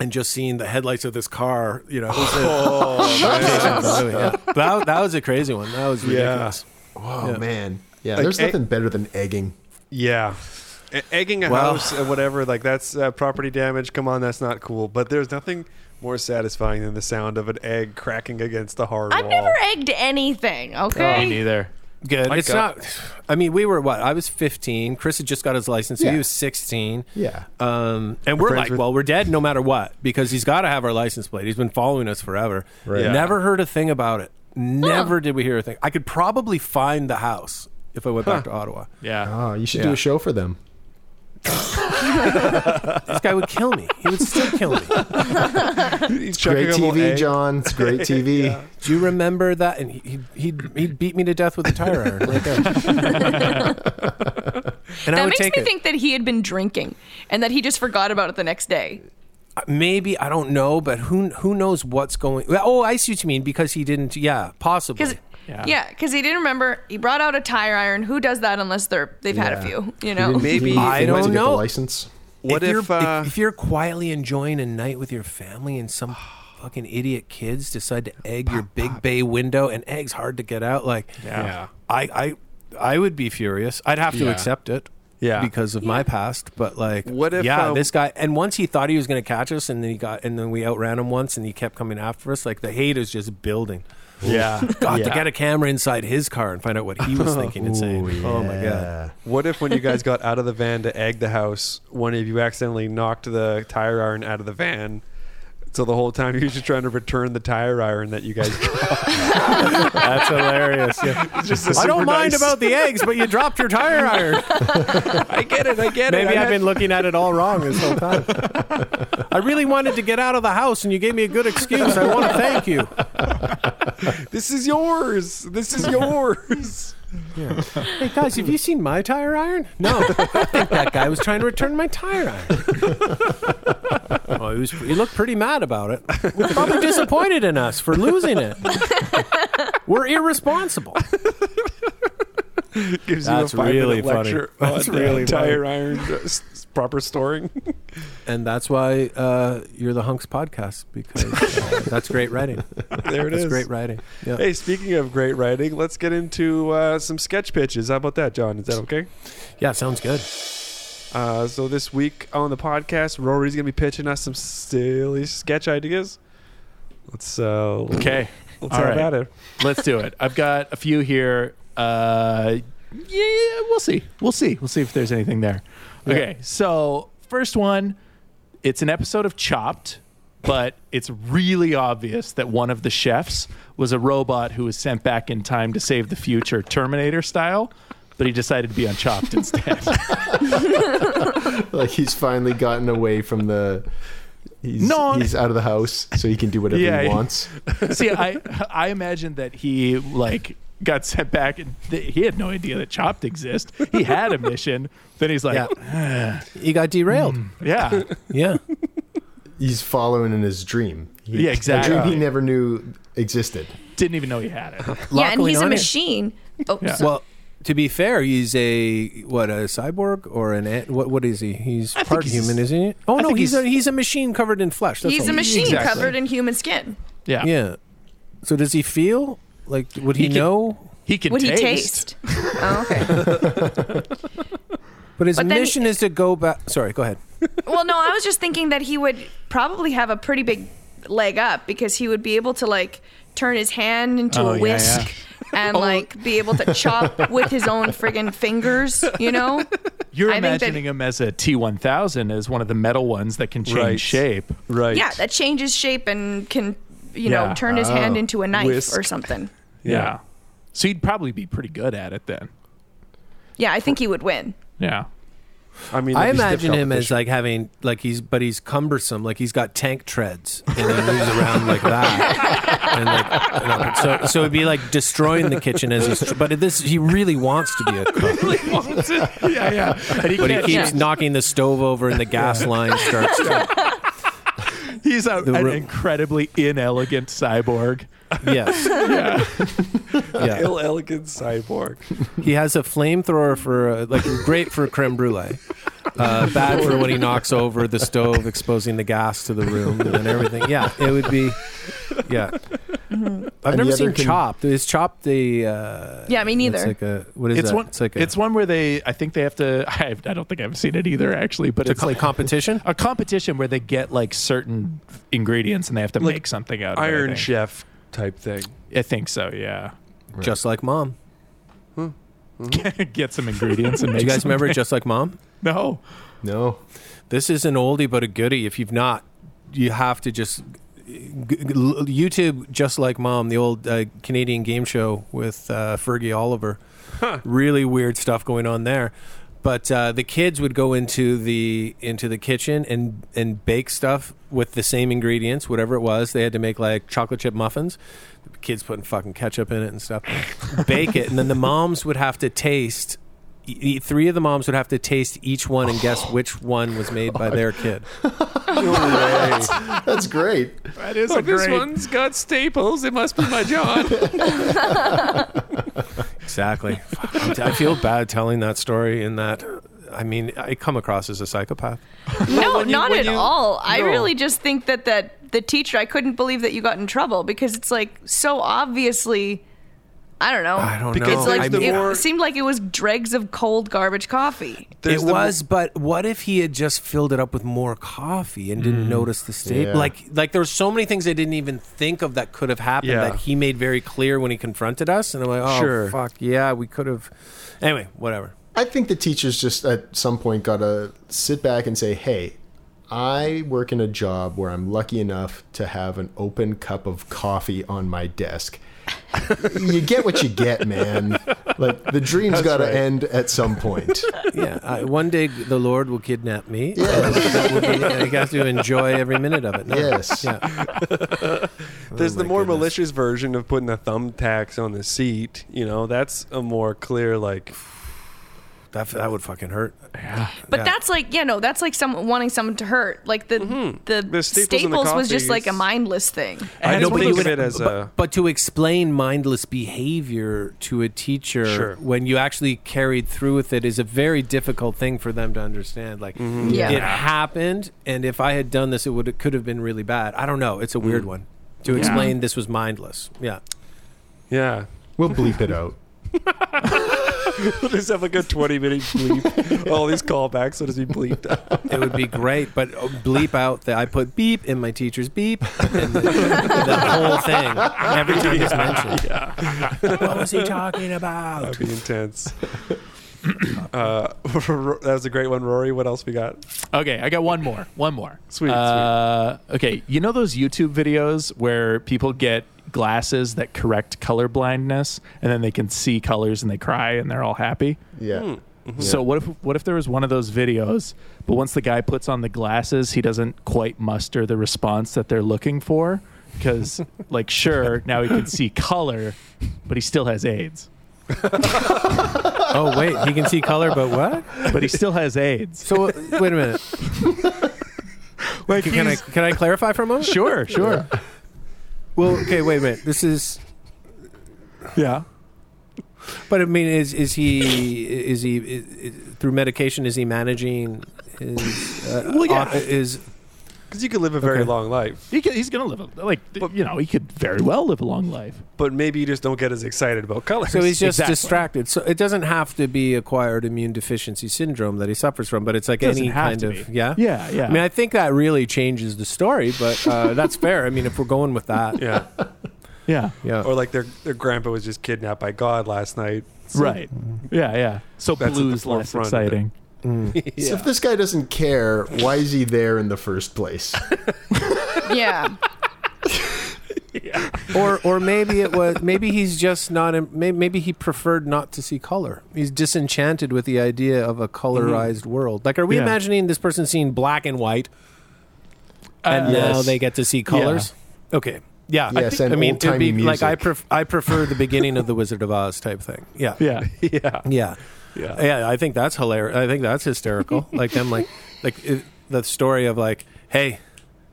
And just seeing the headlights of this car, you know, it was a- *laughs* Yeah. that, that was a crazy one. That was ridiculous. Oh man. Yeah. Like, there's eh- nothing better than egging. Yeah. E- Egging a Well- house and whatever, like that's uh, property damage. Come on, that's not cool. But there's nothing more satisfying than the sound of an egg cracking against the hard I've wall. never egged anything, Oh, *laughs* okay? Me neither. Good. it's God. not. I mean, we were what? I was 15. Chris had just got his license. so Yeah. He was 16. Yeah. Um, and we're friends like, with- well, we're dead no matter what because he's got to have our license plate. He's been following us forever. Right. Yeah. Never heard a thing about it. Never did we hear a thing. I could probably find the house if I went back to Ottawa. Yeah. Oh, you should do Yeah. a show for them. this guy would kill me. He would still kill me. He's chucking Great a little TV, egg. John. It's great TV. *laughs* Do you remember that? And he he he beat me to death with a tire iron right there. and I that would makes me take it. think that he had been drinking and that he just forgot about it the next day. Uh, Maybe I don't know, but who who knows what's going? well, Oh, I see what you mean because he didn't. Yeah, Because possibly. Yeah. yeah, because he didn't remember. He brought out a tire iron. Who does that unless they're they've had a Yeah. few? You He know. didn't- he Maybe- didn't I think to don't get the know. license. What if, if, you're, uh, if, if you're quietly enjoying a night with your family and *sighs* some fucking idiot kids decide to egg your big bay window and eggs hard to get out like Yeah. Yeah. I I I would be furious. I'd have to Yeah. accept it. Yeah. Because of my past, but like What if, yeah, um, this guy and once he thought he was going to catch us and then he got and then we outran him once and he kept coming after us like the hate is just building. Yeah. *laughs* God, to yeah. get a camera inside his car and find out what he was thinking and saying. Oh my god. What if when you guys got out of the van to egg the house, one of you accidentally knocked the tire iron out of the van? So the whole time *laughs* you're just trying to return the tire iron that you guys *laughs* That's hilarious. It's just a I don't super mind nice- about the eggs, but you dropped your tire iron. *laughs* I get it. I get it. Maybe I I've been looking at it all wrong this whole time. I really wanted to get out of the house, and you gave me a good excuse. I want to thank you. This is yours. This is *laughs* yours. Hey guys, have you seen my tire iron? No, I think that guy was trying to return my tire iron. Oh, he, was, he looked pretty mad about it. We're probably disappointed in us for losing it. We're irresponsible. Gives That's you a five really minute funny. lecture *laughs* That's on really tire iron uh, s- s- proper storing. And that's why uh, you're the Hunks podcast because uh, that's great writing. there it That's is. great writing. *laughs* Yeah. Hey, speaking of great writing, let's get into uh, some sketch pitches. How about that, John? Is that okay? yeah, sounds good. Uh, so this week on the podcast, Rory's gonna be pitching us some silly sketch ideas. Let's uh, Okay. Let's All have right. at it. Let's do it. I've got a few here. Uh, yeah, we'll see. We'll see. We'll see if there's anything there. Okay. So, first one it's an episode of Chopped, but it's really obvious that one of the chefs was a robot who was sent back in time to save the future, Terminator style, but he decided to be on Chopped instead. Like he's finally gotten away from the. He's, No, I- he's out of the house, so he can do whatever Yeah, he he- wants. *laughs* See, I I imagine that he like got sent back and th- he had no idea that Chopped exist. He had a mission. Then he's like, Yeah. yeah, You got derailed. yeah, Yeah. He's following in his dream. He- Yeah, exactly. A dream he never knew existed. didn't even know he had it. Yeah, and Luckily he's a not it. machine. Oh, Yeah. so- Well, to be fair, he's a what a cyborg or an ant, what what is he? He's think part he's- human, isn't he? Oh I no, think he's, he's- a he's a machine covered in flesh. That's he's all. a machine Exactly. covered in human skin. Yeah, Yeah. So does he feel like? Would he, He can- know? he can Would taste. he taste? Oh, okay. But his But then he- mission is to go back. Sorry, go ahead. Well, no, I was just thinking that he would probably have a pretty big leg up because he would be able to like turn his hand into Oh, a yeah, Oh. whisk and like be able to chop with his own friggin' fingers, *laughs* you know? You're I think that- imagining him as a T1000 as one of the metal ones that can change Right. shape. Right. Yeah, that changes shape and can you Yeah. Uh, know turn his hand into a knife Whisk. or something. Yeah. So he'd probably be pretty good at it then. Yeah, I think he would win. Yeah. I mean, I that'd be stiff imagine him as competition. like having like he's but he's cumbersome, like he's got tank treads and he moves around *laughs* like that. And like, and up- so so it'd be like destroying the kitchen as he's. But this he really wants to be a cook, yeah, *laughs* yeah. And he but he can't- keeps Yeah. knocking the stove over and the gas line starts. *laughs* To, *laughs* he's a, The an ro- incredibly inelegant cyborg. yes. Yeah. ill elegant *laughs* cyborg. He has a flamethrower for uh, like great for creme brulee. Uh, bad for when he knocks over the stove, exposing the gas to the room and everything. Yeah, it would be. Yeah, I've And never the other seen can- Chopped. Is Chopped the? Uh, Yeah, me neither. It's like a what is it's that? one. it's like a, it's one where they. I think they have to. *laughs* I, I don't think I've seen it either, actually. But it's a it's co- like *laughs* competition. a competition where they get like certain ingredients and they have to Like make something out of it. Iron I think. Chef type thing. I think so. Yeah. Just like Mom. *laughs* get some ingredients and Do make. you guys something. remember Just Like Mom? *laughs* No. No. This is an oldie but a goodie. If you've not, you have to just g- g- l- YouTube just like Mom, the old uh, Canadian game show with uh, Fergie Oliver. Really weird stuff going on there. But uh, the kids would go into the into the kitchen and and bake stuff with the same ingredients, whatever it was. They had to make like chocolate chip muffins. The kids putting fucking ketchup in it and stuff. Bake it, and then the moms would have to taste. e- e- Three of the moms would have to taste each one and guess which one was made by their kid. That's great. That is Oh, a this great. one's got staples. It must be my John. Exactly. Fuck, I'm t- I feel bad telling that story. In that, I mean, I come across as a psychopath. No, when you- not when at you- all. I No. really just think that that the teacher. I couldn't believe that you got in trouble because it's like so obviously. I don't know. I don't It's know. It's like I it mean- seemed like it was dregs of cold garbage coffee. There's it the- was, but what if he had just filled it up with more coffee and Mm. didn't notice the state? Yeah. Like, like there were so many things I didn't even think of that could have happened Yeah. that he made very clear when he confronted us, and I'm like, oh Sure. fuck, yeah, we could have. Anyway, whatever. I think the teachers just at some point got to sit back and say, hey, I work in a job where I'm lucky enough to have an open cup of coffee on my desk. *laughs* you get what you get, man. Like the dream's got to end at *laughs* some point. Yeah, I, one day the Lord will *laughs* kidnap me. Yes. you have to enjoy every minute of it. now. Yes. Yeah. There's the Oh my more goodness. malicious version of putting a thumbtacks on the seat. You know, that's a more clear like. That, that would fucking hurt. But Yeah. that's like yeah, no, that's like someone wanting someone to hurt. Like the the, Mm-hmm. The staples in the staples, was just coffee like a is- mindless thing. I, know, didn't but think you of would- it as a. but, but to explain mindless behavior to a teacher Sure. when you actually carried through with it is a very difficult thing for them to understand. Like Yeah. it happened, and if I had done this, it would it could have been really bad. I don't know. It's a weird one to explain. This was mindless. Yeah. Yeah. *laughs* We'll bleep it out. Let's have like a 20 minute bleep. All these callbacks will just be bleeped out. It would be great, but uh, bleep out that I put beep in my teacher's beep, and the, the whole thing every time it's mentioned. What was he talking about? That'd be intense. Uh, that was a great one, Rory. What else we got? *laughs* Okay, I got one more. One more. Sweet, Uh, Okay, you know those YouTube videos where people get glasses that correct color blindness, and then they can see colors and they cry and they're all happy. Yeah. So what if what if there was one of those videos, but once the guy puts on the glasses, he doesn't quite muster the response that they're looking for because *laughs* like sure, now he can see color, but he still has AIDS. *laughs* Oh wait, he can see color, but what? But he still has AIDS. So uh, wait a minute. wait, can, I can I clarify for a moment? Sure, sure. Well, okay, wait a minute. This is, Yeah. but I mean, is is he is he is, is- through medication? Is he managing his uh, Well, yeah. au- is Because you could live a very Okay. long life, He could, he's gonna live a, like th- you know he could very well live a long life. but maybe you just don't get as excited about colors. so he's just Exactly. distracted. So it doesn't have to be acquired immune deficiency syndrome that he suffers from, but it's like Doesn't any have kind to of be. yeah. Yeah, yeah. I mean, I think that really changes the story, but uh, that's fair. I mean, if we're going with *laughs* that, *laughs* yeah. yeah, yeah. Or like their their grandpa was just kidnapped by God last night. right. Yeah, yeah. So That's at the blues less forefront of exciting. So if this guy doesn't care, why is he there in the first *laughs* place? Yeah. or or maybe it was maybe he's just not in- may- maybe he preferred not to see color he's disenchanted with the idea of a colorized world like are we Yeah. imagining this person seeing black and white and Uh, now yes. they get to see colors okay yeah Yes, and i mean it'd old-timey be like i music. pref- i prefer the beginning of the wizard of oz type thing yeah *laughs* Yeah, Yeah. yeah. Yeah. Yeah, I think that's hilarious. I think that's hysterical. like them like like it, the story of like, "Hey,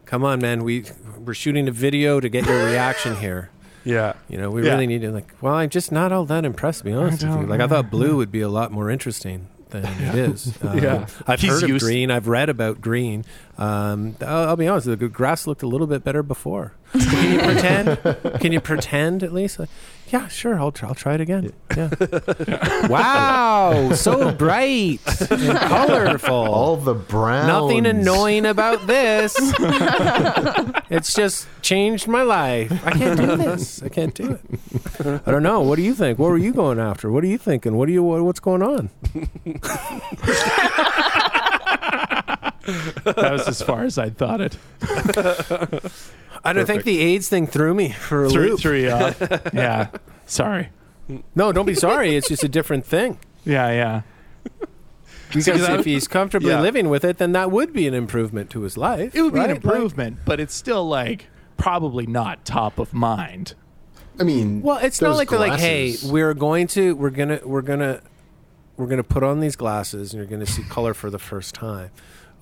come on, man. We we're shooting a video to get your reaction here." Yeah. You know, we Yeah. really need to like. Well, I'm just not all that impressed, to be honest with you. Like, I thought blue would be a lot more interesting than it is. Um, *laughs* Yeah. I've He's heard of used- green. I've read about green. Um, I'll, I'll be honest, the grass looked a little bit better before. Can you *laughs* pretend? Can you pretend at least? Like, yeah, sure. I'll try, I'll try it again. Yeah. *laughs* wow, so bright, *laughs* and colorful. All the brown. Nothing annoying about this. it's just changed my life. I can't do this. I can't do it. I don't know. What do you think? What were you going after? What are you thinking? What do you? What, what's going on? that was as far as I thought it. I don't think the AIDS thing threw me for a Three, loop. three. *laughs* Uh, yeah. Sorry. *laughs* No, don't be sorry. It's just a different thing. Yeah, yeah. Because if he's comfortably Yeah. living with it, then that would be an improvement to his life. It would be right? an Like- improvement, but it's still like probably not top of mind. I mean, Well, it's not those like they're like, hey, glasses- we're going to we're gonna we're gonna we're gonna put on these glasses and you're gonna see color for the first time.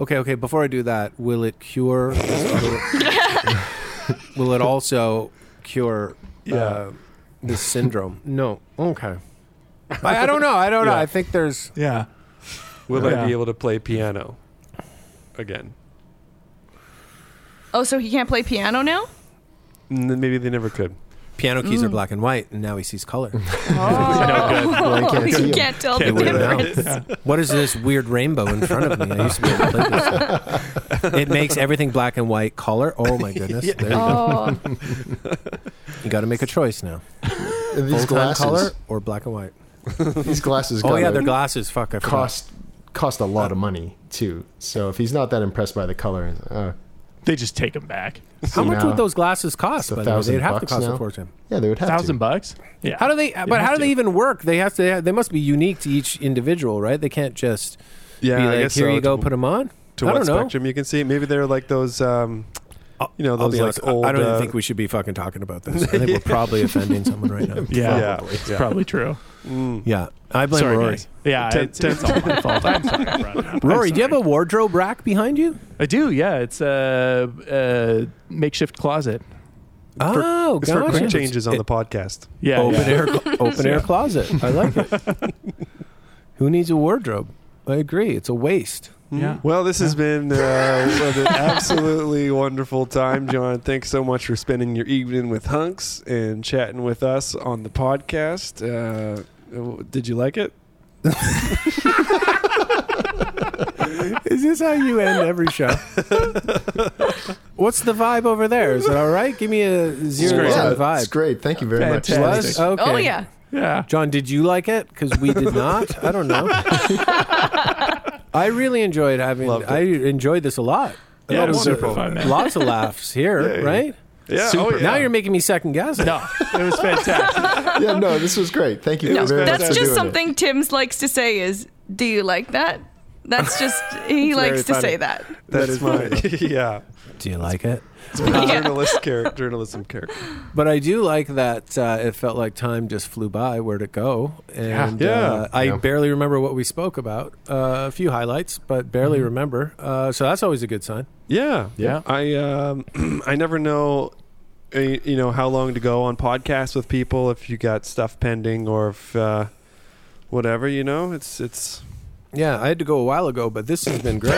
Okay, okay. Before I do that, will it cure? this *laughs* other- will it also cure uh, this syndrome? No. Okay. I, I don't know. I don't know. Yeah. I think there's Yeah. Will I Yeah. be able to play piano again? Oh, so he can't play piano now? And then maybe they never could. piano keys are black and white, and now he sees *laughs* color. I can't see *laughs* you 'em. can't tell the Can't do it now. difference. What is this weird rainbow in front of me? I used to be able to play this. *laughs* thing. It makes everything black and white color. Oh my *laughs* goodness! There you go. *laughs* Oh, You got to make a choice now. these Full-time glasses, color or black and white? *laughs* these glasses. Oh yeah, gotta they're glasses. Fuck, I forgot. cost cost a lot of money too. So if he's not that impressed by the color, uh, They just take them *laughs* back. How see much now, would those glasses cost? it's a By the way, thousand they'd have to bucks cost now? a fortune. Yeah, they would have Thousand to. bucks? Yeah. How do they? but have how do they to. even work? They have to. They must be unique to each individual, right? They can't just Yeah, be I like, here guess so. you go, To- put them on. To I what don't know. spectrum you can see? Maybe they're like those, um, you know, I'll those be like honest, old. I don't uh, even think we should be fucking talking about this. *laughs* I think we're probably offending someone right now. Yeah. Yeah. It's Yeah. probably true. Yeah, I blame sorry, Rory. guys. Yeah, Ten- it's, it's all my fault. I'm sorry. I brought it up. *laughs* I'm Rory, do you sorry. have a wardrobe rack behind you? I do, yeah. It's a, a makeshift closet. oh, It's for gotcha. quick changes on the podcast. Yeah. open Oh, yeah. air, open air closet. I like it. Who needs a wardrobe? I agree. It's a waste. *laughs* Yeah. Well, this has been uh, *laughs* an absolutely wonderful time, John. Thanks so much for spending your evening with Hunks and chatting with us on the podcast. Uh, w- did you like it? Is this how you end every *laughs* show? What's the vibe over there? Is it all right? Give me a zero great. to Yeah, the it's vibe. great. Thank you very Fantastic. much. Plus? Okay. oh yeah. Yeah. John, did you like it? Because we did not. I don't *laughs* know. I really enjoyed having. Loved it. I enjoyed this a lot. Yeah, it was wonderful. super fun, man. Lots of laughs here, right? Yeah. Super. Oh, yeah. Now you're making me second guess. it. No, it was *laughs* fantastic. yeah, no, this was great. Thank you Oh. No, very much that's for doing just it. something Tim's likes to say is, do you like that? That's just, he likes to funny. say that. That's my *laughs* yeah. Do you like it? Journalist character, journalism character. But I do like that uh, it felt like time just flew by. Where'd it go? And Yeah. Uh, I Yeah. barely remember what we spoke about. Uh, a few highlights, but barely remember. Uh, so that's always a good sign. Yeah, Yeah. I um, *clears throat* I never know, uh, you know, how long to go on podcasts with people if you got stuff pending or if uh, whatever. You know, it's it's Yeah, I had to go a while ago, but this has been great.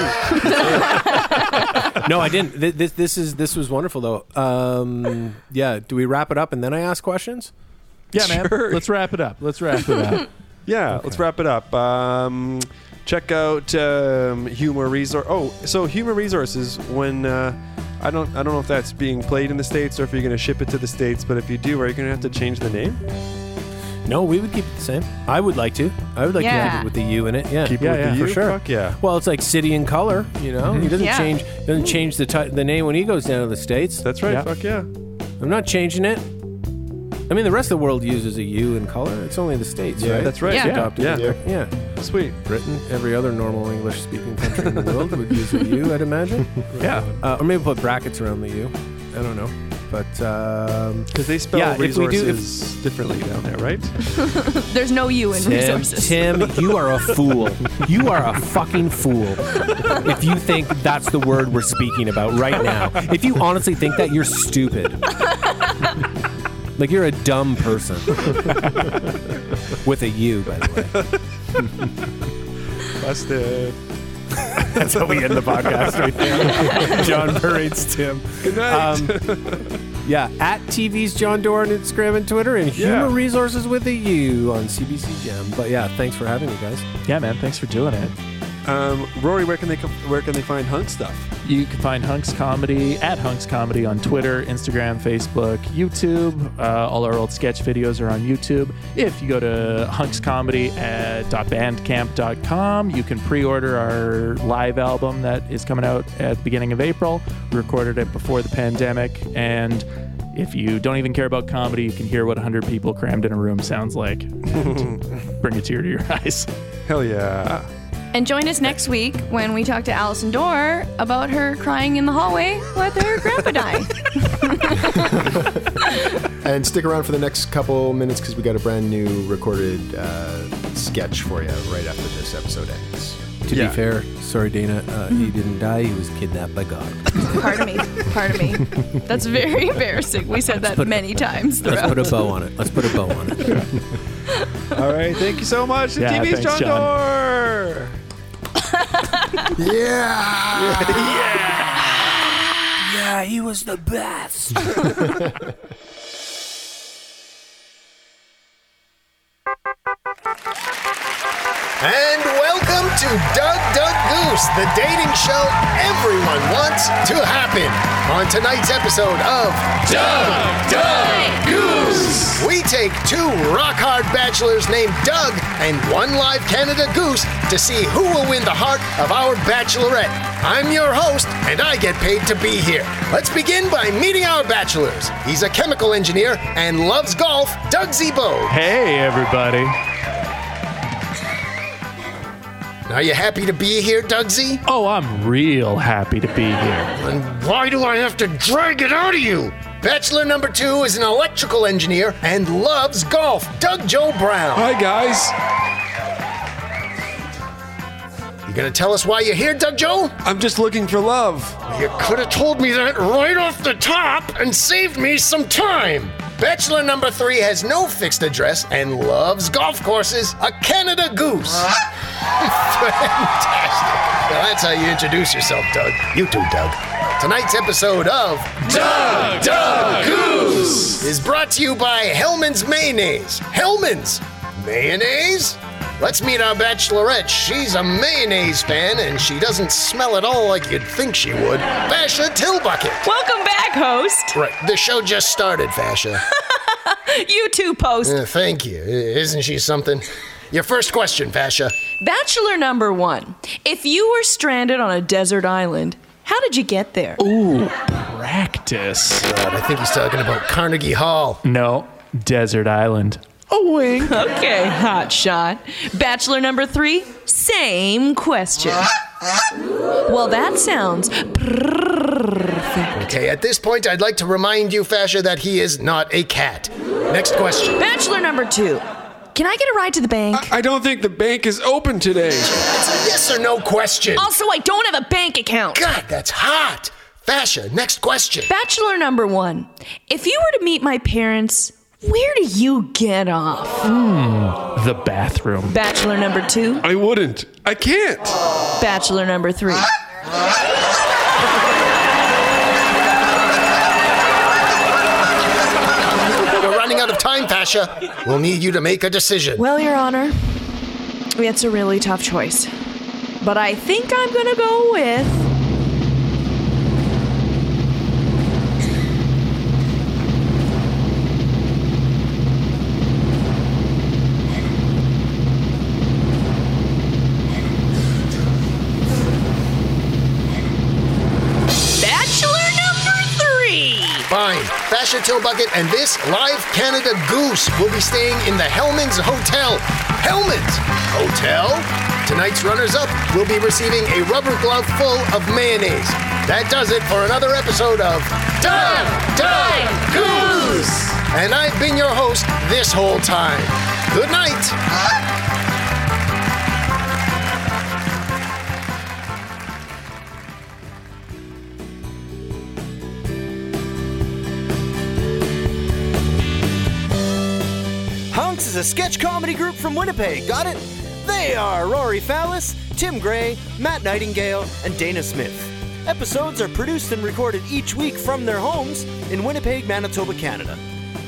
no, I didn't. Th- This this is this was wonderful though. Um, yeah, do we wrap it up and then I ask questions? Yeah, man. Sure. Let's wrap it up. Let's wrap it *laughs* up. Yeah, let's wrap it up. Um, check out um, humor resource. Oh, so humor resources. When uh, I don't, I don't know if that's being played in the states or if you're going to ship it to the states. But if you do, are you going to have to change the name? No, we would keep it the same. I would like to. I would like to keep Yeah. it with the U in it. Yeah, Keep Yeah, it with yeah, the for U? sure. Fuck yeah. Well, it's like City and Color, you know. He doesn't Yeah. change doesn't change the ti- the name when he goes down to the states. That's right. Yeah. Fuck yeah. I'm not changing it. I mean, the rest of the world uses a U in color. It's only the states, Yeah. right? That's right. Yeah. Yeah. Adopted. Yeah. Yeah. Yeah, Sweet. Britain, every other normal English-speaking country in the world would use a U, I'd imagine, Yeah. uh, or maybe put brackets around the U. I don't know, but um, Because they spell Yeah, if we do- if- resources differently down there, right? There's no you in Tim, *laughs* resources. Tim, you are a fool. You are a fucking fool. If you think that's the word we're speaking about right now, if you honestly think that, you're stupid. Like you're a dumb person. With a U, by the way. Busted. That's how we end the podcast right there. John berates Tim. Good night. *laughs* Yeah, at TV's John Doerr on Instagram and Twitter, and Yeah. Human Resources with a U on CBC Gem. But yeah, thanks for having me, guys. Yeah, man. Thanks for doing it. Um, Rory, where can they come, where can they find hunk stuff? You can find Hunks Comedy at Hunks Comedy on Twitter, Instagram, Facebook, YouTube. Uh, all our old sketch videos are on YouTube. If you go to hunkscomedy.bandcamp.com, you can pre order our live album that is coming out at the beginning of April. We recorded it before the pandemic. And if you don't even care about comedy, you can hear what 100 people *laughs* crammed in a room sounds like. And bring a tear to your eyes. Hell yeah. And join us next week when we talk to Alison Dorr about her crying in the hallway with her grandpa *laughs* dying. And stick around for the next couple minutes because we got a brand new recorded uh, sketch for you right after this episode ends. To Yeah. be fair, sorry, Dana, uh, he didn't die. He was kidnapped by God. Pardon me. Pardon me. That's very embarrassing. We said that many times Let's throughout. put a bow on it. Let's put a bow on it. All right. Thank you so much. The Yeah, TV's thanks, John, John. Doerr. Yeah! yeah, he was the best. And welcome to Doug Doug Goose, the dating show everyone wants to happen. On tonight's episode of Doug Doug Goose, we take two rock hard bachelors named Doug and one live Canada Goose to see who will win the heart of our bachelorette. I'm your host, and I get paid to be here. Let's begin by meeting our bachelors. He's a chemical engineer and loves golf, Doug Zebo. Hey, everybody. Are you happy to be here, Doug Z? Oh, I'm real happy to be here. Why do I have to drag it out of you? Bachelor number two is an electrical engineer and loves golf. Doug Joe Brown. Hi, guys. You gonna tell us why you're here, Doug Joe? I'm just looking for love. You could have told me that right off the top and saved me some time. Bachelor number three has no fixed address and loves golf courses. A Canada goose. Fantastic. Now that's how you introduce yourself, Doug. You too, Doug. Tonight's episode of Doug Doug Goose is brought to you by Hellman's Mayonnaise. Hellman's Mayonnaise? Let's meet our bachelorette. She's a mayonnaise fan and she doesn't smell at all like you'd think she would. Fasha Tillbucket. Welcome back, host. Right, the show just started, Fasha. You too, post. Uh, thank you. I- Isn't she something? Your first question, Fasha. Bachelor number one. If you were stranded on a desert island, how did you get there? Ooh, practice. God, I think he's talking about Carnegie Hall. No, Desert Island. A wink. Okay, hot shot. Bachelor number three, same question. Well, that sounds perfect. Okay, at this point, I'd like to remind you, Fasha, that he is not a cat. Next question. Bachelor number two, can I get a ride to the bank? I don't think the bank is open today. It's a yes or no question. also, I don't have a bank account. God, that's hot. Fasha, next question. Bachelor number one, if you were to meet my parents, where do you get off? The bathroom. Bachelor number two, I wouldn't. I can't. bachelor number three. We're running out of time, Fasha. We'll need you to make a decision. Well, Your Honor, it's a really tough choice. But I think I'm gonna go with. Bachelor number three! Fine. Fasha Tillbucket and this live Canada Goose will be staying in the Hellman's Hotel. Hellman's Hotel? Tonight's runners up will be receiving a rubber glove full of mayonnaise. That does it for another episode of Doug Doug Goose. And I've been your host this whole time. Good night. Hunks is a sketch comedy group from Winnipeg, got it? They are Rory Fallis, Tim Gray, Matt Nightingale, and Dana Smith. Episodes are produced and recorded each week from their homes in Winnipeg, Manitoba, Canada.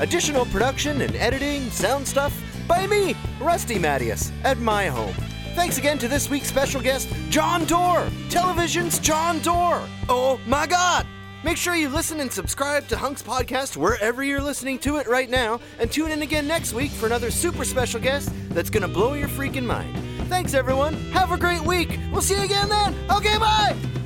Additional production and editing, sound stuff, by me, Rusty Mattias, at my home. Thanks again to this week's special guest, John Doerr, Television's John Doerr. Oh my god! Make sure you listen and subscribe to Hunks Podcast wherever you're listening to it right now, and tune in again next week for another super special guest that's gonna blow your freaking mind. Thanks, everyone. Have a great week. We'll see you again then. Okay, bye.